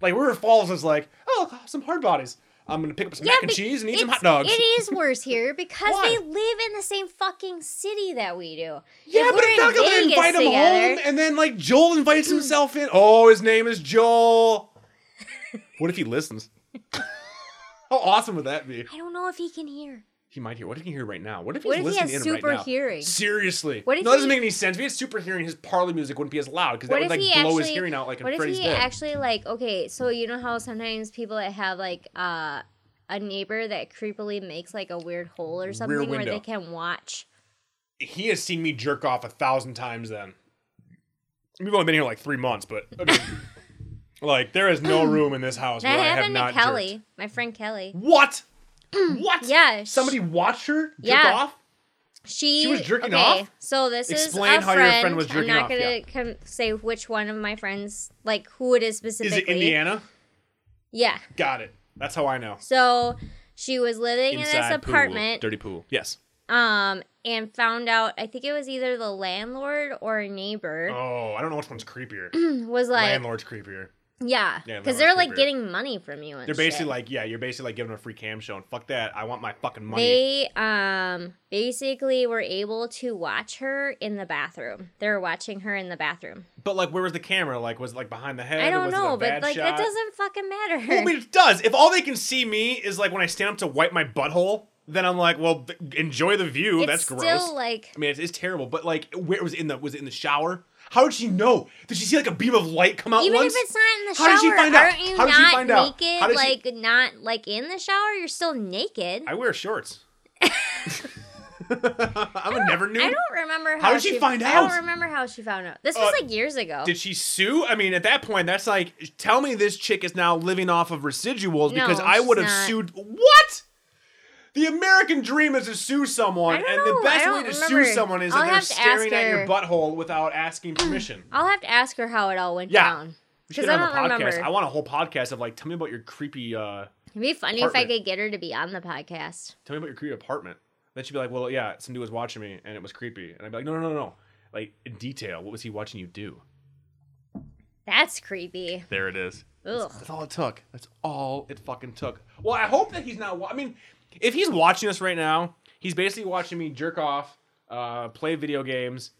Speaker 5: Like River Falls is like, oh, some hard botties. I'm gonna pick up some mac and
Speaker 6: but
Speaker 5: cheese and eat some
Speaker 6: it's-
Speaker 5: hot dogs.
Speaker 6: It is
Speaker 5: *laughs*
Speaker 6: worse here because
Speaker 5: Why?
Speaker 6: they live in the same fucking city that we do.
Speaker 5: yeah,
Speaker 6: If
Speaker 5: but
Speaker 6: we're
Speaker 5: it's not
Speaker 6: in
Speaker 5: gonna
Speaker 6: Vegas
Speaker 5: invite him
Speaker 6: together-
Speaker 5: home,
Speaker 6: Hmm.
Speaker 5: and then like Joel invites himself in. Oh, his name is
Speaker 6: *laughs*
Speaker 5: Joel. what if he listens? *laughs* How awesome would that be?
Speaker 6: I don't know if he can hear.
Speaker 5: He might hear. What if he can hear right now? What if he's
Speaker 6: What if he
Speaker 5: listening
Speaker 6: has
Speaker 5: in
Speaker 6: super
Speaker 5: right now?
Speaker 6: hearing?
Speaker 5: Seriously.
Speaker 6: What if
Speaker 5: no, that doesn't
Speaker 6: he-
Speaker 5: make any sense. If he had super hearing, his parley music wouldn't be as loud because that
Speaker 6: What
Speaker 5: would
Speaker 6: if
Speaker 5: like
Speaker 6: he
Speaker 5: blow
Speaker 6: actually?
Speaker 5: his hearing out like in
Speaker 6: what if
Speaker 5: Freddy's
Speaker 6: he
Speaker 5: Dead.
Speaker 6: actually like? Okay, so you know how sometimes people that have like uh, a neighbor that creepily makes like a weird hole or something where
Speaker 5: window.
Speaker 6: they can watch.
Speaker 5: He has seen me jerk off a thousand times then. We've only been here like three months, but I mean, *laughs* like there is no room in this house
Speaker 6: That
Speaker 5: where I have
Speaker 6: happened
Speaker 5: not
Speaker 6: to Kelly,
Speaker 5: jerked.
Speaker 6: my friend Kelly. *clears throat*
Speaker 5: What? what?
Speaker 6: Yeah, sh-
Speaker 5: Somebody watched her jerk
Speaker 6: Yeah.
Speaker 5: off?
Speaker 6: She,
Speaker 5: was jerking
Speaker 6: okay,
Speaker 5: off?
Speaker 6: So this
Speaker 5: Explain
Speaker 6: is a
Speaker 5: how your
Speaker 6: friend.
Speaker 5: friend was
Speaker 6: I'm
Speaker 5: jerking
Speaker 6: not
Speaker 5: off,
Speaker 6: gonna
Speaker 5: yeah.
Speaker 6: com- say which one of my friends, like who it is
Speaker 5: Is
Speaker 6: specifically.
Speaker 5: it Indiana?
Speaker 6: Yeah.
Speaker 5: Got it. That's how I know.
Speaker 6: So she was living in this
Speaker 5: pool,
Speaker 6: apartment,
Speaker 5: dirty pool. Yes.
Speaker 6: um, and found out. I think it was either the landlord or a neighbor
Speaker 5: Oh, I don't know which one's creepier.
Speaker 6: *clears throat* was like,
Speaker 5: Landlord's creepier.
Speaker 6: yeah,
Speaker 5: Oh, Yeah,
Speaker 6: because
Speaker 5: landlord's
Speaker 6: they're like
Speaker 5: creepier.
Speaker 6: getting money from you. And
Speaker 5: They're basically
Speaker 6: shit.
Speaker 5: like, yeah, you're basically like giving them a free cam show, and fuck that. I want my fucking money.
Speaker 6: They um basically were able to watch her in the bathroom. They were watching her in the bathroom.
Speaker 5: but like, where was the camera? Like, was it like behind the head?
Speaker 6: I
Speaker 5: or
Speaker 6: don't
Speaker 5: was it
Speaker 6: know,
Speaker 5: a
Speaker 6: but
Speaker 5: bad
Speaker 6: like
Speaker 5: shot?
Speaker 6: that doesn't fucking matter.
Speaker 5: Well, I
Speaker 6: *laughs*
Speaker 5: mean, it does. If all they can see me is like when I stand up to wipe my butthole, then I'm like, well, b- enjoy the view.
Speaker 6: it's
Speaker 5: That's
Speaker 6: still
Speaker 5: gross.
Speaker 6: like
Speaker 5: I mean, it's, it's terrible. But like, where was it in the was it in the shower? How did she know? Did she see like a beam of light come out
Speaker 6: even
Speaker 5: once?
Speaker 6: if it's not in the shower,
Speaker 5: How did she find out?
Speaker 6: aren't you
Speaker 5: How did she
Speaker 6: not
Speaker 5: find out?
Speaker 6: naked?
Speaker 5: How did she-
Speaker 6: like not like in the shower, you're still naked. I,
Speaker 5: I wear
Speaker 6: *laughs*
Speaker 5: shorts. *laughs* I'm a never nude.
Speaker 6: don't remember how,
Speaker 5: How did she find
Speaker 6: I
Speaker 5: out?
Speaker 6: don't remember how she found out. This was
Speaker 5: Uh,
Speaker 6: like years ago.
Speaker 5: Did she sue? I mean, at that point, that's like, tell me this chick is now living off of residuals
Speaker 6: No,
Speaker 5: because I
Speaker 6: she's
Speaker 5: would have
Speaker 6: not.
Speaker 5: sued. What? The American dream is to sue someone,
Speaker 6: I don't
Speaker 5: and
Speaker 6: know.
Speaker 5: the
Speaker 6: I
Speaker 5: best way
Speaker 6: don't
Speaker 5: to
Speaker 6: remember.
Speaker 5: sue someone is
Speaker 6: I'll
Speaker 5: that they're
Speaker 6: have to ask
Speaker 5: staring at your
Speaker 6: her.
Speaker 5: butthole without asking
Speaker 6: *clears throat*
Speaker 5: permission.
Speaker 6: I'll have to ask her how it all went
Speaker 5: Yeah.
Speaker 6: down.
Speaker 5: We should
Speaker 6: Because I
Speaker 5: have a
Speaker 6: don't
Speaker 5: podcast.
Speaker 6: remember.
Speaker 5: I want a whole podcast of like, tell me about your creepy, uh,
Speaker 6: It'd be funny if I
Speaker 5: Apartment.
Speaker 6: could get her to be on the podcast.
Speaker 5: tell me about your creepy apartment. Then she'd be like, well, yeah, some dude was watching me, and it was creepy, and I'd be like, no, no, no, no, like in detail, what was he watching you do?
Speaker 6: That's creepy.
Speaker 5: There it is.
Speaker 6: Ugh.
Speaker 5: That's all it took. That's all it fucking took. Well, I hope that he's not. Wa- I mean, if he's watching us right now, he's basically watching me jerk off, uh, play video games,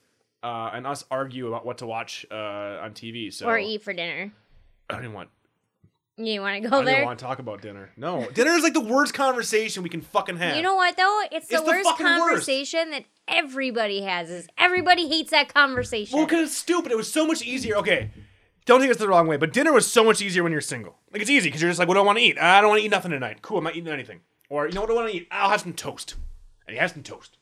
Speaker 5: uh, and us argue about what to watch uh, on TV. So
Speaker 6: Or eat for dinner.
Speaker 5: I don't even want.
Speaker 6: You want to go
Speaker 5: I don't even
Speaker 6: there?
Speaker 5: want to talk about dinner. No, dinner is like the worst conversation we can fucking have.
Speaker 6: You know what though? It's the
Speaker 5: It's the
Speaker 6: worst
Speaker 5: fucking worst.
Speaker 6: conversation that everybody has. Is everybody hates that conversation?
Speaker 5: Well, because it's stupid. It was so much easier. Okay, Don't take this the wrong way, but dinner was so much easier when you're single. Like it's easy because you're just like, what do I want to eat? I don't want to eat nothing tonight. Cool, I'm not eating anything. Or you know what I want to eat? I'll have some toast. And you have some toast.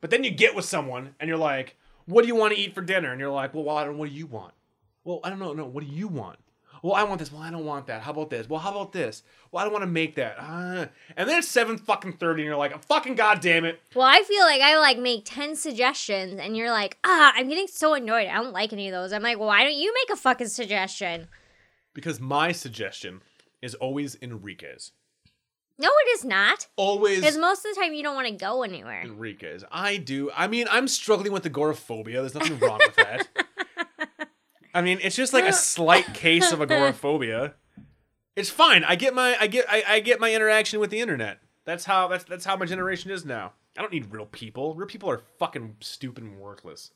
Speaker 5: But then you get with someone and you're like, what do you want to eat for dinner? And you're like, well, well I don't. What do you want? Well, I don't know. No, what do you want? Well, I want this. Well, I don't want that. How about this? Well, how about this? Well, I don't want to make that. Ah. and then it's seven fucking thirty, and you're like, fucking goddamn it.
Speaker 6: Well, I feel like I like make 10 suggestions and you're like, ah, I'm getting so annoyed. I don't like any of those. I'm like, well, why don't you make a fucking suggestion?
Speaker 5: Because my suggestion is always Enrique's.
Speaker 6: No, it is not.
Speaker 5: Always
Speaker 6: Because most of the time you don't want to go anywhere.
Speaker 5: Enrique's. I do. I mean, I'm struggling with agoraphobia. There's nothing wrong with that. I mean, it's just like a slight case of agoraphobia. It's fine. I get my I get I, I get my interaction with the internet. That's how that's that's how my generation is now. I don't need real people. Real people are fucking stupid and worthless.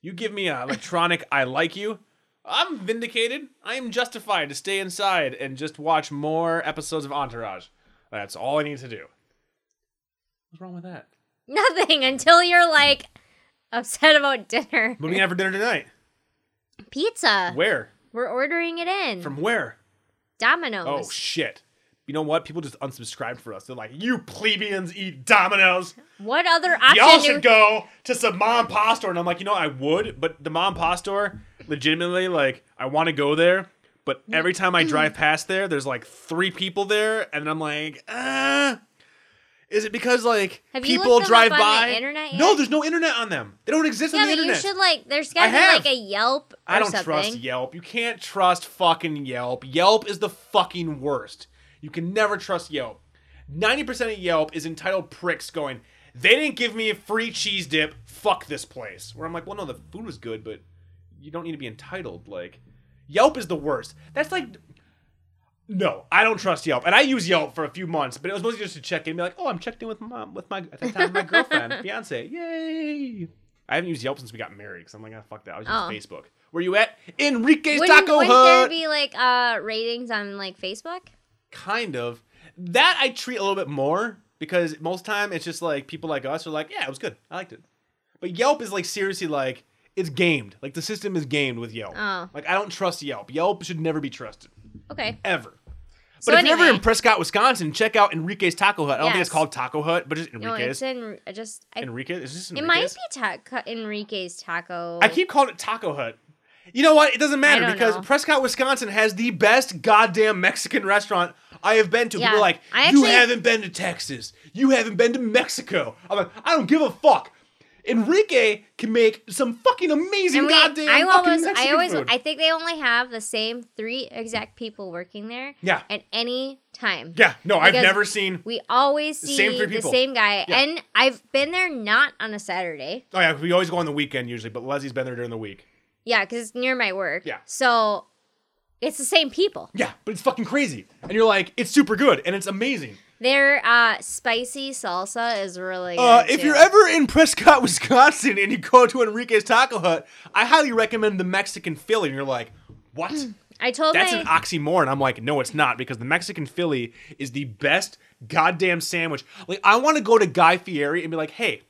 Speaker 5: You give me an electronic I like you, I'm vindicated. I am justified to stay inside and just watch more episodes of Entourage. That's all I need to do. What's wrong with that?
Speaker 6: Nothing until you're like upset about dinner.
Speaker 5: What are we gonna have for dinner tonight?
Speaker 6: Pizza.
Speaker 5: Where?
Speaker 6: We're ordering it in.
Speaker 5: From where?
Speaker 6: Domino's.
Speaker 5: Oh shit. You know what? People just unsubscribed for us. They're like, you plebeians eat Domino's.
Speaker 6: what other option?
Speaker 5: Y'all
Speaker 6: do-
Speaker 5: should go to some mom pasta. store." And I'm like, you know, I would, but the mom pasta, store, legitimately, like, I want to go there. But every time I
Speaker 6: *clears throat*
Speaker 5: drive past there, there's like three people there, and I'm like, uh, is it because like
Speaker 6: Have you
Speaker 5: people
Speaker 6: looked them
Speaker 5: drive
Speaker 6: up on
Speaker 5: by?
Speaker 6: the internet
Speaker 5: No,
Speaker 6: yet?
Speaker 5: there's no internet on them. They don't exist
Speaker 6: Yeah,
Speaker 5: on
Speaker 6: but
Speaker 5: the internet.
Speaker 6: you should like. There's
Speaker 5: I
Speaker 6: got to be
Speaker 5: have.
Speaker 6: like a Yelp or
Speaker 5: I don't
Speaker 6: something.
Speaker 5: trust Yelp. You can't trust fucking Yelp. Yelp is the fucking worst. You can never trust Yelp. 90% of Yelp is entitled pricks going, they didn't give me a free cheese dip. Fuck this place. Where I'm like, well, no, the food was good, but you don't need to be entitled. Like, Yelp is the worst. That's like, no, I don't trust Yelp. And I use Yelp for a few months, but it was mostly just to check in and be like, oh, I'm checked in with mom, with my, at that time,
Speaker 6: *laughs*
Speaker 5: my girlfriend, fiance. Yay. I haven't used Yelp since we got married because I'm like, ah, fuck that. I was
Speaker 6: Oh.
Speaker 5: using Facebook. Where you at? Enrique's
Speaker 6: Wouldn't,
Speaker 5: Taco
Speaker 6: wouldn't there
Speaker 5: Hut.
Speaker 6: be like uh ratings on like Facebook?
Speaker 5: kind of. That I treat a little bit more because most time it's just like people like us are like, yeah, it was good. I liked it. But Yelp is like seriously like it's gamed. Like the system is gamed with Yelp.
Speaker 6: Oh.
Speaker 5: Like I don't trust Yelp. Yelp should never be trusted
Speaker 6: Okay.
Speaker 5: ever. But
Speaker 6: So
Speaker 5: if you're ever
Speaker 6: anyway-
Speaker 5: in Prescott, Wisconsin, check out Enrique's Taco Hut. I don't think it's
Speaker 6: Yes.
Speaker 5: called Taco Hut, but just
Speaker 6: No,
Speaker 5: Enrique's.
Speaker 6: it's in I just. I,
Speaker 5: Enrique's. Is this
Speaker 6: it
Speaker 5: Enrique's?
Speaker 6: might be ta- Enrique's taco.
Speaker 5: I keep calling it Taco Hut. You know what? It doesn't matter
Speaker 6: don't
Speaker 5: because
Speaker 6: know.
Speaker 5: Prescott, Wisconsin has the best goddamn Mexican restaurant I have been to. People
Speaker 6: Yeah.
Speaker 5: are like,
Speaker 6: I
Speaker 5: you
Speaker 6: actually-
Speaker 5: haven't been to Texas. You haven't been to Mexico. I'm like, I don't give a fuck. Enrique can make some fucking amazing
Speaker 6: And we-
Speaker 5: goddamn
Speaker 6: I
Speaker 5: fucking
Speaker 6: always,
Speaker 5: Mexican
Speaker 6: I always,
Speaker 5: food.
Speaker 6: I think they only have the same three exact people working there.
Speaker 5: Yeah.
Speaker 6: At any time.
Speaker 5: yeah, no, I've
Speaker 6: Because
Speaker 5: never seen.
Speaker 6: We always see the
Speaker 5: same
Speaker 6: same,
Speaker 5: three people.
Speaker 6: guy,
Speaker 5: Yeah.
Speaker 6: and I've been there not on a Saturday.
Speaker 5: Oh yeah, we always go on the weekend usually, but Leslie's been there during the week.
Speaker 6: Yeah, because it's near my work.
Speaker 5: Yeah.
Speaker 6: So it's the same people.
Speaker 5: Yeah, but it's fucking crazy, and you're like, it's super good and it's amazing.
Speaker 6: Their uh, spicy salsa is really.
Speaker 5: Uh,
Speaker 6: good,
Speaker 5: if
Speaker 6: too.
Speaker 5: you're ever in Prescott, *laughs* Wisconsin, and you go to Enrique's Taco Hut, I highly recommend the Mexican Philly. And you're like, what?
Speaker 6: I told
Speaker 5: That's
Speaker 6: my,
Speaker 5: an oxymoron. I'm like, no, it's not, because the Mexican Philly is the best goddamn sandwich. Like, I want to go to Guy Fieri and be like, hey,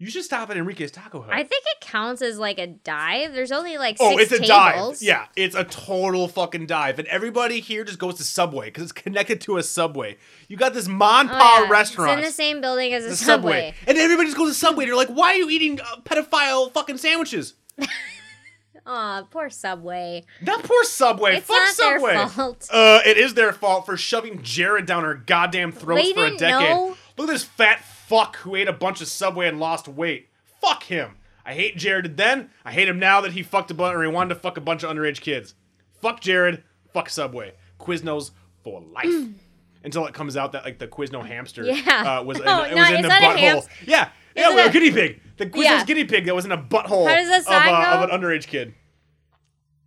Speaker 5: you should stop at Enrique's Taco Hut.
Speaker 6: I think it counts as like a dive. There's only like
Speaker 5: Oh,
Speaker 6: six
Speaker 5: it's a
Speaker 6: tables.
Speaker 5: dive. Yeah, it's a total fucking dive. And everybody here just goes to Subway because it's connected to a Subway. You got this Mon
Speaker 6: Oh,
Speaker 5: Pa
Speaker 6: yeah.
Speaker 5: restaurant.
Speaker 6: It's in the same building as a
Speaker 5: the
Speaker 6: subway.
Speaker 5: subway. And everybody just goes to Subway. And you're like, why are you eating uh, pedophile fucking sandwiches?
Speaker 6: Aw, poor subway.
Speaker 5: That poor Subway.
Speaker 6: It's
Speaker 5: Fuck
Speaker 6: not their
Speaker 5: Subway.
Speaker 6: fault.
Speaker 5: Uh, it is their fault for shoving Jared down our goddamn throats
Speaker 6: They
Speaker 5: for a
Speaker 6: didn't
Speaker 5: decade.
Speaker 6: know.
Speaker 5: Look at this fat fuck who ate a bunch of Subway and lost weight. Fuck him. I hate Jared then. I hate him now that he fucked a bunch or he wanted to fuck a bunch of underage kids. Fuck Jared. Fuck Subway. Quiznos for life. Until it comes out that like the Quizno hamster
Speaker 6: Mm. Yeah. Oh,
Speaker 5: uh,
Speaker 6: *laughs*
Speaker 5: was in,
Speaker 6: No,
Speaker 5: it
Speaker 6: no,
Speaker 5: was in
Speaker 6: it's
Speaker 5: the
Speaker 6: not a
Speaker 5: butthole.
Speaker 6: hamster.
Speaker 5: Yeah, yeah,
Speaker 6: Isn't
Speaker 5: we're a
Speaker 6: it-
Speaker 5: guinea pig. The Quiznos
Speaker 6: Yeah.
Speaker 5: guinea pig that was in a butthole
Speaker 6: How does that
Speaker 5: of,
Speaker 6: song
Speaker 5: uh, of
Speaker 6: go?
Speaker 5: an underage kid.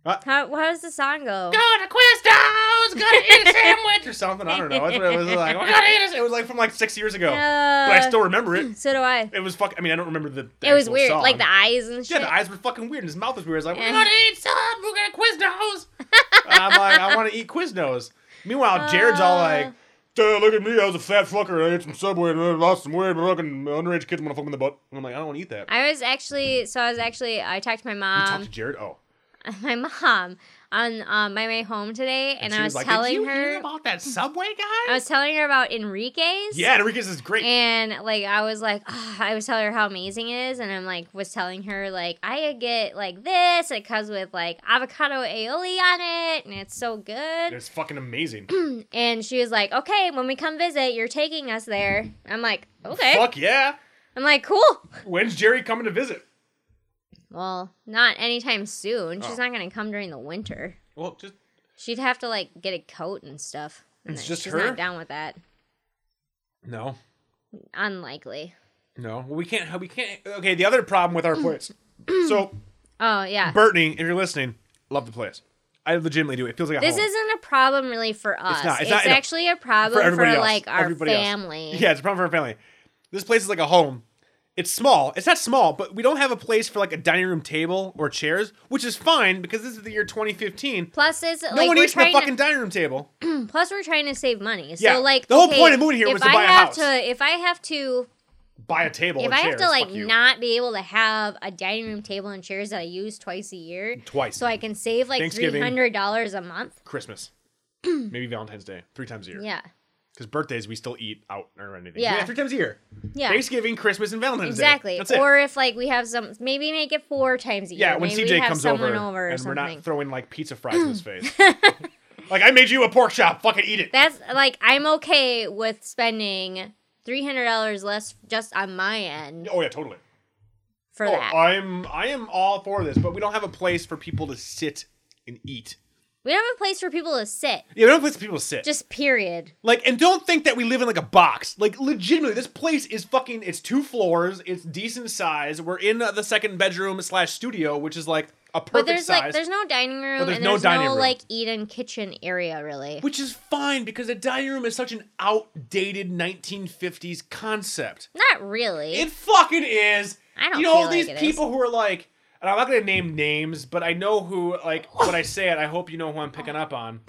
Speaker 6: How, how does the song go?
Speaker 5: go to Quiznos, gotta eat a sandwich or something. I don't know. That's what it was like. Oh We gotta eat a It was like from like six years ago, but I
Speaker 6: Uh,
Speaker 5: still remember it.
Speaker 6: So do I.
Speaker 5: It was fuck. I mean, I don't remember the. the
Speaker 6: It was
Speaker 5: actual
Speaker 6: weird,
Speaker 5: song.
Speaker 6: like the eyes and
Speaker 5: Yeah,
Speaker 6: shit.
Speaker 5: the eyes were fucking weird. and His mouth was weird. It's like,
Speaker 6: Yeah.
Speaker 5: we're gonna eat some. We're gonna Quiznos. I'm like, I want to eat Quiznos. Meanwhile, Jared's all
Speaker 6: Uh.
Speaker 5: like, "Duh, look at me. I was a fat fucker. I ate some Subway and I lost some weight. But fucking underage kids want to fuck me in the butt." And I'm like, I don't want to eat that.
Speaker 6: I was actually so I was actually I talked to my
Speaker 5: you talked
Speaker 6: mom.
Speaker 5: to Jared. Oh,
Speaker 6: *laughs* my mom on um, my way home today, and,
Speaker 5: she
Speaker 6: I was,
Speaker 5: like,
Speaker 6: telling
Speaker 5: Did you
Speaker 6: her
Speaker 5: hear about that subway
Speaker 6: I
Speaker 5: guy?
Speaker 6: was telling her about Enrique's.
Speaker 5: Yeah, Enrique's is great.
Speaker 6: And like I was like, "Ah," I was telling her how amazing it is, and I'm like was telling her like I get like this. It comes with like avocado aioli on it, and it's so good.
Speaker 5: it's fucking
Speaker 6: *clears throat*
Speaker 5: amazing.
Speaker 6: And she was like, "Okay, when we come visit, you're taking us there." I'm like, "Okay."
Speaker 5: Fuck yeah.
Speaker 6: I'm like, "Cool."
Speaker 5: When's Jerry coming to visit?
Speaker 6: Well, not anytime soon. She's
Speaker 5: Oh.
Speaker 6: not gonna come during the winter.
Speaker 5: Well, just
Speaker 6: She'd have to like get a coat and stuff. And
Speaker 5: It's
Speaker 6: then
Speaker 5: just
Speaker 6: she's
Speaker 5: her?
Speaker 6: not down with that.
Speaker 5: no,
Speaker 6: Unlikely.
Speaker 5: no. We can't. We can't. Okay. The other problem
Speaker 6: Mm.
Speaker 5: with our place. so,
Speaker 6: Oh yeah.
Speaker 5: Brittany, if you're listening, love the place. I legitimately do. It feels like a
Speaker 6: This
Speaker 5: home.
Speaker 6: isn't a problem really for us. It's,
Speaker 5: not- it's not- I know.
Speaker 6: actually a problem for,
Speaker 5: everybody else.
Speaker 6: like our
Speaker 5: Everybody else.
Speaker 6: family.
Speaker 5: Yeah, it's a problem for our family. This place is like a home. It's small. It's not small, but we don't have a place for like a dining room table or chairs, which is fine because this is the year 2015.
Speaker 6: Plus, it's
Speaker 5: No
Speaker 6: like
Speaker 5: one
Speaker 6: we're
Speaker 5: eats from the
Speaker 6: trying.
Speaker 5: fucking
Speaker 6: To,
Speaker 5: dining room table.
Speaker 6: plus, we're trying to save money. So
Speaker 5: Yeah,
Speaker 6: like
Speaker 5: the whole
Speaker 6: okay,
Speaker 5: point of moving here
Speaker 6: if
Speaker 5: was to
Speaker 6: I
Speaker 5: buy a
Speaker 6: have
Speaker 5: house.
Speaker 6: to, if I have to,
Speaker 5: Buy a table.
Speaker 6: if
Speaker 5: and
Speaker 6: I have
Speaker 5: chairs.
Speaker 6: to like
Speaker 5: Fuck you.
Speaker 6: not be able to have a dining room table and chairs that I use twice a year,
Speaker 5: Twice.
Speaker 6: so I can save like three
Speaker 5: Thanksgiving.
Speaker 6: hundred dollars a month. *clears throat*
Speaker 5: Christmas, maybe Valentine's Day, three times a year.
Speaker 6: Yeah,
Speaker 5: Because birthdays we still eat out or anything.
Speaker 6: Yeah.
Speaker 5: three times a year.
Speaker 6: yeah,
Speaker 5: Thanksgiving, Christmas, and Valentine's Day.
Speaker 6: exactly.
Speaker 5: That's it.
Speaker 6: Or if like we have some, maybe make it four times a year.
Speaker 5: yeah, when
Speaker 6: Maybe we
Speaker 5: CJ
Speaker 6: have
Speaker 5: comes over,
Speaker 6: someone over or
Speaker 5: and we're
Speaker 6: something.
Speaker 5: not throwing like pizza fries
Speaker 6: *laughs*
Speaker 5: in his face. like I made you a pork chop. Fucking eat it.
Speaker 6: That's like I'm okay with spending three hundred dollars less just on my end
Speaker 5: oh yeah, totally.
Speaker 6: for
Speaker 5: Oh,
Speaker 6: that.
Speaker 5: I'm I am all for this, but we don't have a place for people to sit and eat.
Speaker 6: we don't have a place for people to sit.
Speaker 5: Yeah, we don't have a place for people to sit.
Speaker 6: Just period.
Speaker 5: like, and don't think that we live in like a box. Like, legitimately, this place is fucking. It's two floors. It's decent size. We're in the second bedroom slash studio, which is like a perfect
Speaker 6: But there's
Speaker 5: size.
Speaker 6: like there's no dining room
Speaker 5: there's
Speaker 6: and
Speaker 5: no
Speaker 6: there's
Speaker 5: dining
Speaker 6: no
Speaker 5: room.
Speaker 6: like eat and kitchen area really.
Speaker 5: which is fine because a dining room is such an outdated 1950s concept.
Speaker 6: Not really.
Speaker 5: It fucking is.
Speaker 6: I don't
Speaker 5: You know all
Speaker 6: feel
Speaker 5: these
Speaker 6: like it
Speaker 5: people who are like, and I'm not gonna name names, but I know who.
Speaker 6: *laughs*
Speaker 5: Like when I say it, I hope you know who I'm picking up on.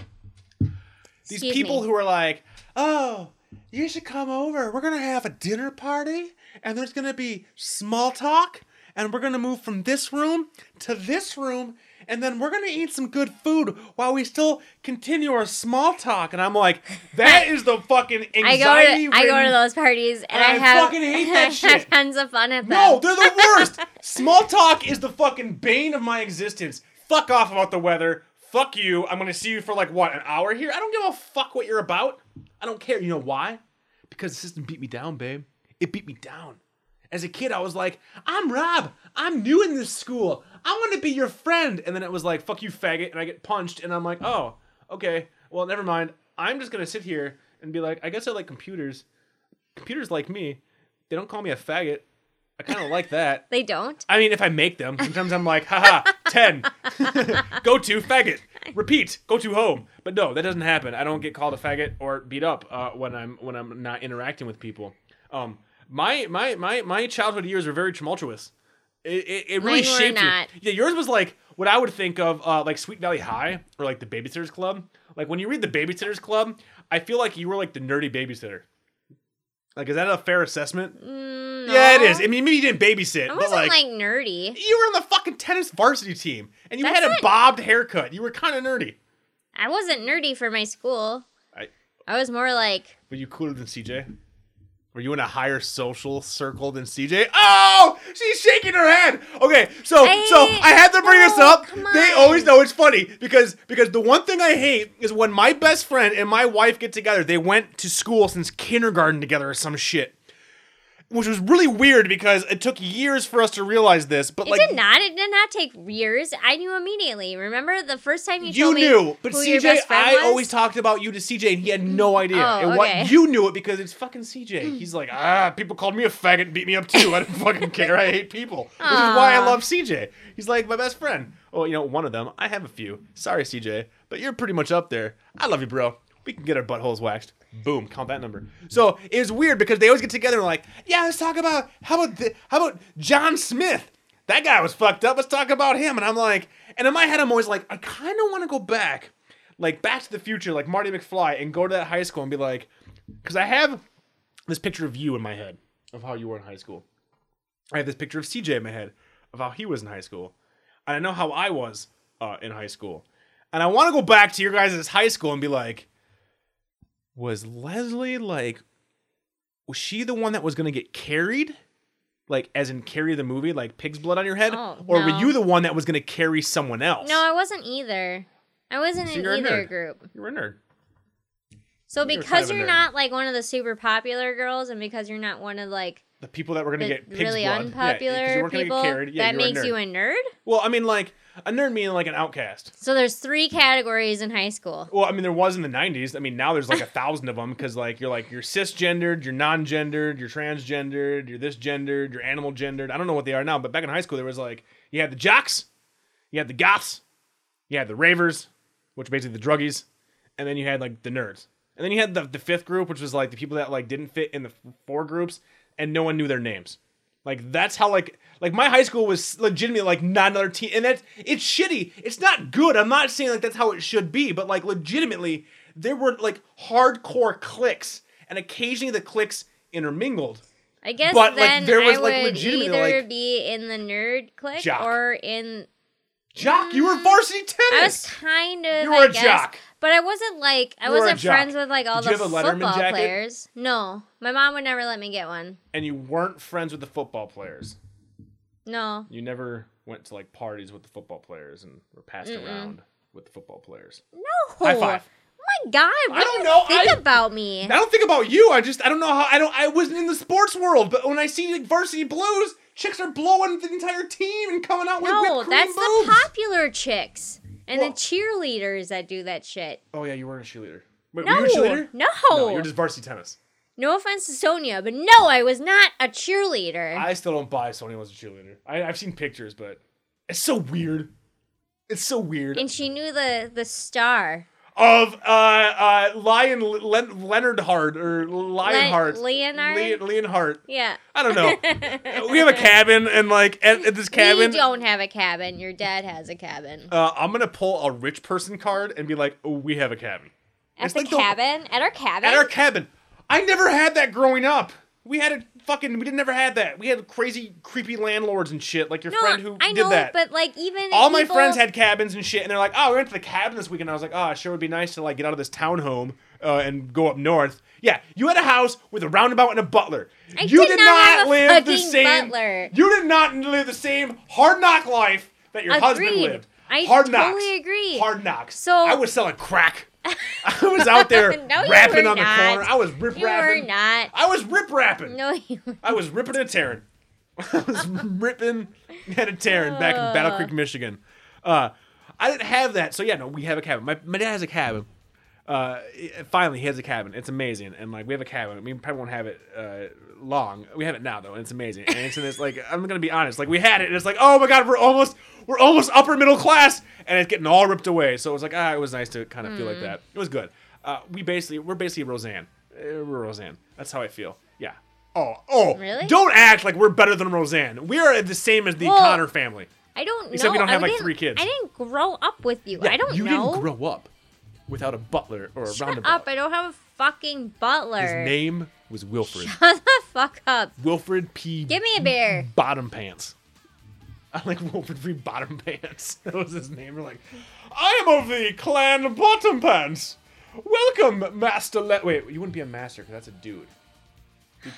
Speaker 5: These
Speaker 6: Excuse
Speaker 5: people
Speaker 6: me.
Speaker 5: who are like, oh, you should come over. We're gonna have a dinner party, and there's gonna be small talk, and we're gonna move from this room to this room. And then we're gonna eat some good food while we still continue our small talk. And I'm
Speaker 6: *laughs*
Speaker 5: like, that is the fucking
Speaker 6: I go to
Speaker 5: anxiety.
Speaker 6: I go to
Speaker 5: ridden-
Speaker 6: those parties and I,
Speaker 5: I
Speaker 6: have
Speaker 5: fucking hate that
Speaker 6: *laughs* I have
Speaker 5: shit.
Speaker 6: tons of fun at them.
Speaker 5: No, they're the
Speaker 6: *laughs*
Speaker 5: worst. Small talk is the fucking bane of my existence. Fuck off about the weather. Fuck you. I'm gonna see you for like what an hour here. I don't give a fuck what you're about. I don't care. You know why? Because the system beat me down, babe. It beat me down. As a kid, I was like, I'm Rob. I'm new in this school. I want to be your friend. And then it was like, fuck you, faggot. And I get punched. And I'm like, oh, okay. Well, never mind. I'm just gonna sit here and be like, I guess I like computers. Computers like me. They don't call me a faggot. I kind of like that.
Speaker 6: they don't.
Speaker 5: I mean, if I make them, sometimes I'm like, haha,
Speaker 6: *laughs*
Speaker 5: 10. go to, faggot. Repeat, go to home. But no, that doesn't happen. I don't get called a faggot or beat up uh, when I'm when I'm not interacting with people. Um, my my my my childhood years were very tumultuous. It, it, it really
Speaker 6: Mine were
Speaker 5: shaped
Speaker 6: not.
Speaker 5: you. Yeah, yours was like what I would think of uh, like Sweet Valley High or like the Babysitters Club. Like when you read the Babysitters Club, I feel like you were like the nerdy babysitter. Like, is that a fair assessment? Yeah, it is. I mean, maybe you didn't babysit,
Speaker 6: Mm, I
Speaker 5: but
Speaker 6: wasn't
Speaker 5: like,
Speaker 6: like, nerdy.
Speaker 5: you were on the fucking tennis varsity team, and you
Speaker 6: That's
Speaker 5: had a
Speaker 6: not-
Speaker 5: bobbed haircut. You were kind of nerdy.
Speaker 6: I wasn't nerdy for my school.
Speaker 5: I-
Speaker 6: I was more like
Speaker 5: Were you cooler than CJ? Were you in a higher social circle than CJ? Oh, she's shaking her head. Okay, so
Speaker 6: I-
Speaker 5: so I had to bring this
Speaker 6: no,
Speaker 5: up.
Speaker 6: come
Speaker 5: They
Speaker 6: on.
Speaker 5: always know it's funny because because the one thing I hate is when my best friend and my wife get together. They went to school since kindergarten together or some shit. Which was really weird because it took years for us to realize this, but
Speaker 6: It
Speaker 5: like
Speaker 6: did not. It did not take years. I knew immediately. Remember the first time you,
Speaker 5: You
Speaker 6: told
Speaker 5: knew,
Speaker 6: me
Speaker 5: but
Speaker 6: who your
Speaker 5: CJ,
Speaker 6: best friend
Speaker 5: I
Speaker 6: was?
Speaker 5: always talked about you to CJ, and he had no idea.
Speaker 6: Oh,
Speaker 5: and what
Speaker 6: okay. Hmm.
Speaker 5: you knew it because it's fucking CJ. He's like, ah, people called me a faggot, and beat me up too. I don't
Speaker 6: *laughs*
Speaker 5: fucking care. I hate people, which is why I love CJ. He's like my best friend. Oh, you know, one of them. I have a few. Sorry, CJ, but you're pretty much up there. I love you, bro. We can get our buttholes waxed. Boom, count that number. So it was weird because they always get together and like, yeah, let's talk about how about th- how about John Smith that guy was fucked up. Let's talk about him. And I'm like, and in my head, I'm always like, I kind of want to go back, like back to the future, like Marty McFly, and go to that high school and be like, because I have this picture of you in my head of how you were in high school. I have this picture of CJ in my head of how he was in high school. And I know how I was uh, in high school. And I want to go back to your guys' high school and be like, was Leslie like, was she the one that was going to get carried? Like, as in carry the movie, like pig's blood on your head?
Speaker 6: Oh,
Speaker 5: or were
Speaker 6: no.
Speaker 5: you the one that was going to carry someone else?
Speaker 6: No, I wasn't either. I wasn't
Speaker 5: So
Speaker 6: in
Speaker 5: you're a
Speaker 6: either
Speaker 5: nerd.
Speaker 6: group.
Speaker 5: You were a nerd.
Speaker 6: So
Speaker 5: were kind
Speaker 6: because
Speaker 5: of a
Speaker 6: you're
Speaker 5: nerd.
Speaker 6: not like one of the super popular girls, and because you're not one of like
Speaker 5: The people that were going to
Speaker 6: the
Speaker 5: get pig's
Speaker 6: really
Speaker 5: blood.
Speaker 6: unpopular
Speaker 5: yeah, 'cause you weren't gonna
Speaker 6: people,
Speaker 5: get carried. Yeah,
Speaker 6: that
Speaker 5: you were
Speaker 6: makes
Speaker 5: a nerd.
Speaker 6: you a nerd.
Speaker 5: Well, I mean, like, a nerd meaning like an outcast.
Speaker 6: So there's three categories in high school.
Speaker 5: Well, I mean, there was in the '90s. I mean, now there's like a thousand of them because, like, you're like you're cisgendered, you're non-gendered, you're transgendered, you're this gendered, you're animal gendered. I don't know what they are now, but back in high school, there was like you had the jocks, you had the goths, you had the ravers, which are basically the druggies, and then you had like the nerds, and then you had the the fifth group, which was like the people that like didn't fit in the f- four groups, and no one knew their names. Like that's how like like my high school was legitimately like not another team, and that's it's shitty. It's not good. I'm not saying like that's how it should be, but like legitimately, there were like hardcore cliques, and occasionally the cliques intermingled.
Speaker 6: I guess
Speaker 5: But, like,
Speaker 6: then
Speaker 5: there was,
Speaker 6: I
Speaker 5: like,
Speaker 6: would
Speaker 5: legitimately,
Speaker 6: either
Speaker 5: like-
Speaker 6: be in the nerd clique
Speaker 5: Jock.
Speaker 6: or in.
Speaker 5: Jock, you were varsity tennis.
Speaker 6: I was kind of.
Speaker 5: You were
Speaker 6: I
Speaker 5: a
Speaker 6: guess,
Speaker 5: jock.
Speaker 6: But I wasn't like I
Speaker 5: You were a
Speaker 6: wasn't
Speaker 5: jock.
Speaker 6: friends with like all
Speaker 5: Did you
Speaker 6: the
Speaker 5: have a Letterman
Speaker 6: football
Speaker 5: jacket?
Speaker 6: players. No, my mom would never let me get one.
Speaker 5: and you weren't friends with the football players.
Speaker 6: No,
Speaker 5: You never went to like parties with the football players and were passed around with the football players.
Speaker 6: no.
Speaker 5: High five.
Speaker 6: Oh My God, what
Speaker 5: don't
Speaker 6: do you
Speaker 5: know,
Speaker 6: think
Speaker 5: I-
Speaker 6: about me?
Speaker 5: I don't think about you. I just I don't know how I don't I wasn't in the sports world, but when I see like varsity blues, chicks are blowing the entire team and coming out with
Speaker 6: No,
Speaker 5: whipped cream
Speaker 6: that's the
Speaker 5: boobs.
Speaker 6: popular chicks and
Speaker 5: Well-
Speaker 6: the cheerleaders that do that shit.
Speaker 5: Oh yeah, you weren't a cheerleader. Wait,
Speaker 6: No,
Speaker 5: were you a cheerleader?
Speaker 6: no.
Speaker 5: No, you were just varsity tennis.
Speaker 6: No offense to Sonia, but no, I was not a cheerleader.
Speaker 5: I still don't buy Sonya was a cheerleader. I, I've seen pictures, but it's so weird. It's so weird.
Speaker 6: and she knew the the star.
Speaker 5: of uh, uh, Lion Len- Leonard Hart or Lionheart.
Speaker 6: Leonard?
Speaker 5: Le- Leonhart.
Speaker 6: Yeah.
Speaker 5: I don't know. we have a cabin, and like at, at this cabin,
Speaker 6: We don't have a cabin. Your dad has a cabin.
Speaker 5: Uh, I'm gonna pull a rich person card and be like, oh, "We have a cabin
Speaker 6: at
Speaker 5: it's
Speaker 6: the
Speaker 5: like the-
Speaker 6: cabin? at our cabin?
Speaker 5: at our cabin." I never had that growing up. We had a fucking. We didn't never had that. We had crazy, creepy landlords and shit. Like your
Speaker 6: no,
Speaker 5: friend who
Speaker 6: I
Speaker 5: did
Speaker 6: know,
Speaker 5: that.
Speaker 6: but like even
Speaker 5: all
Speaker 6: if
Speaker 5: my
Speaker 6: people-
Speaker 5: friends had cabins and shit, and they're like, "Oh, we went to the cabin this weekend." I was like, "Oh, it sure would be nice to like get out of this townhome uh, and go up north." Yeah, you had a house with a roundabout and a butler.
Speaker 6: I
Speaker 5: you
Speaker 6: did not have a
Speaker 5: live the
Speaker 6: fucking
Speaker 5: same.
Speaker 6: butler.
Speaker 5: You did not live the same hard knock life that your husband
Speaker 6: Agreed.
Speaker 5: lived.
Speaker 6: I
Speaker 5: hard
Speaker 6: totally
Speaker 5: knocks.
Speaker 6: agree.
Speaker 5: Hard knocks.
Speaker 6: So-
Speaker 5: I was selling
Speaker 6: *laughs*
Speaker 5: crack. I was out there
Speaker 6: No, you
Speaker 5: rapping
Speaker 6: were
Speaker 5: on
Speaker 6: not.
Speaker 5: the corner. I was rip
Speaker 6: You were
Speaker 5: rapping.
Speaker 6: not.
Speaker 5: I was rip rapping.
Speaker 6: No, *laughs* you were
Speaker 5: I was ripping and tearing. *laughs* I was ripping and a tearing back in Battle Creek, Michigan. Uh, I didn't have that, so yeah, no, we have a cabin. My, my dad has a cabin. Uh, i- finally, he has a cabin. It's amazing, and like we have a cabin. We probably won't have it uh, long. We have it now though, and it's amazing. And it's in this like I'm gonna be honest, like we had it, and it's like oh my god, we're almost we're almost upper middle class, and it's getting all ripped away. So it was like ah, it was nice to kind of feel like that. It was good. Uh, we basically we're basically Roseanne. Uh, We're Roseanne. That's how I feel. Yeah. Oh, oh.
Speaker 6: Really?
Speaker 5: Don't act like we're better than Roseanne. We are the same as the
Speaker 6: Well,
Speaker 5: Connor family.
Speaker 6: I don't know.
Speaker 5: Except we don't have,
Speaker 6: I
Speaker 5: like,
Speaker 6: didn't-
Speaker 5: three kids.
Speaker 6: I didn't grow up with you. I don't
Speaker 5: you
Speaker 6: know.
Speaker 5: didn't grow up without a butler or a
Speaker 6: Shut
Speaker 5: roundabout.
Speaker 6: up! I don't have a fucking butler.
Speaker 5: His name was Wilfred.
Speaker 6: *laughs* Shut the fuck up.
Speaker 5: Wilfred P.
Speaker 6: Give me a beer.
Speaker 5: Bottom Pants. *laughs* I like Wilfred P. Bottom Pants. *laughs* That was his name. We're like, I am of the clan Bottom Pants. Welcome, Master Le- Wait, you wouldn't be a master because that's a dude.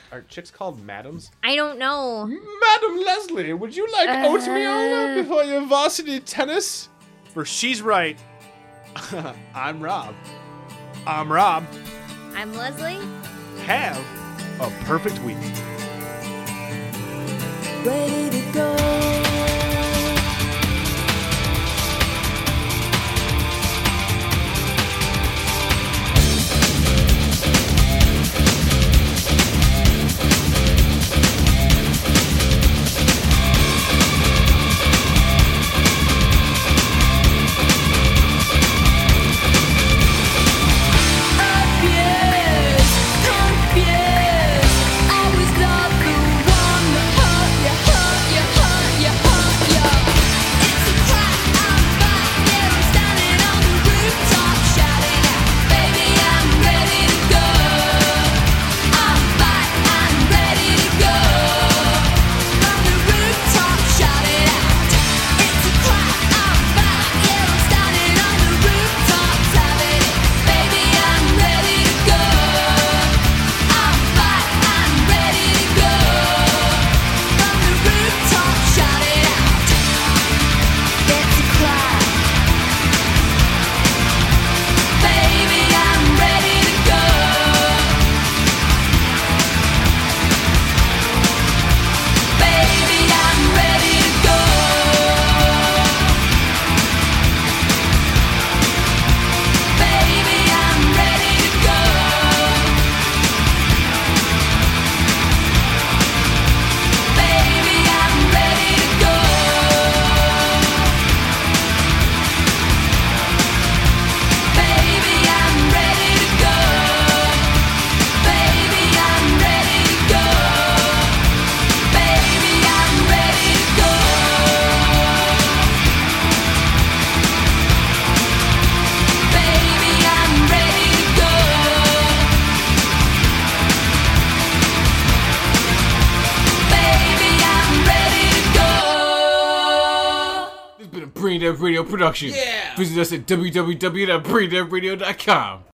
Speaker 5: Are chicks called madams?
Speaker 6: I don't know.
Speaker 5: Madam Leslie, would you like oatmeal before your varsity tennis? For she's right. *laughs* I'm Rob. I'm Rob.
Speaker 6: I'm Leslie.
Speaker 5: Have a perfect week.
Speaker 1: ready to go. Confused, confused. I was not the one that hurt you, hurt you, hurt you,
Speaker 5: Braindead Radio production.
Speaker 7: Yeah.
Speaker 5: Visit us at www.braindeadradio.com.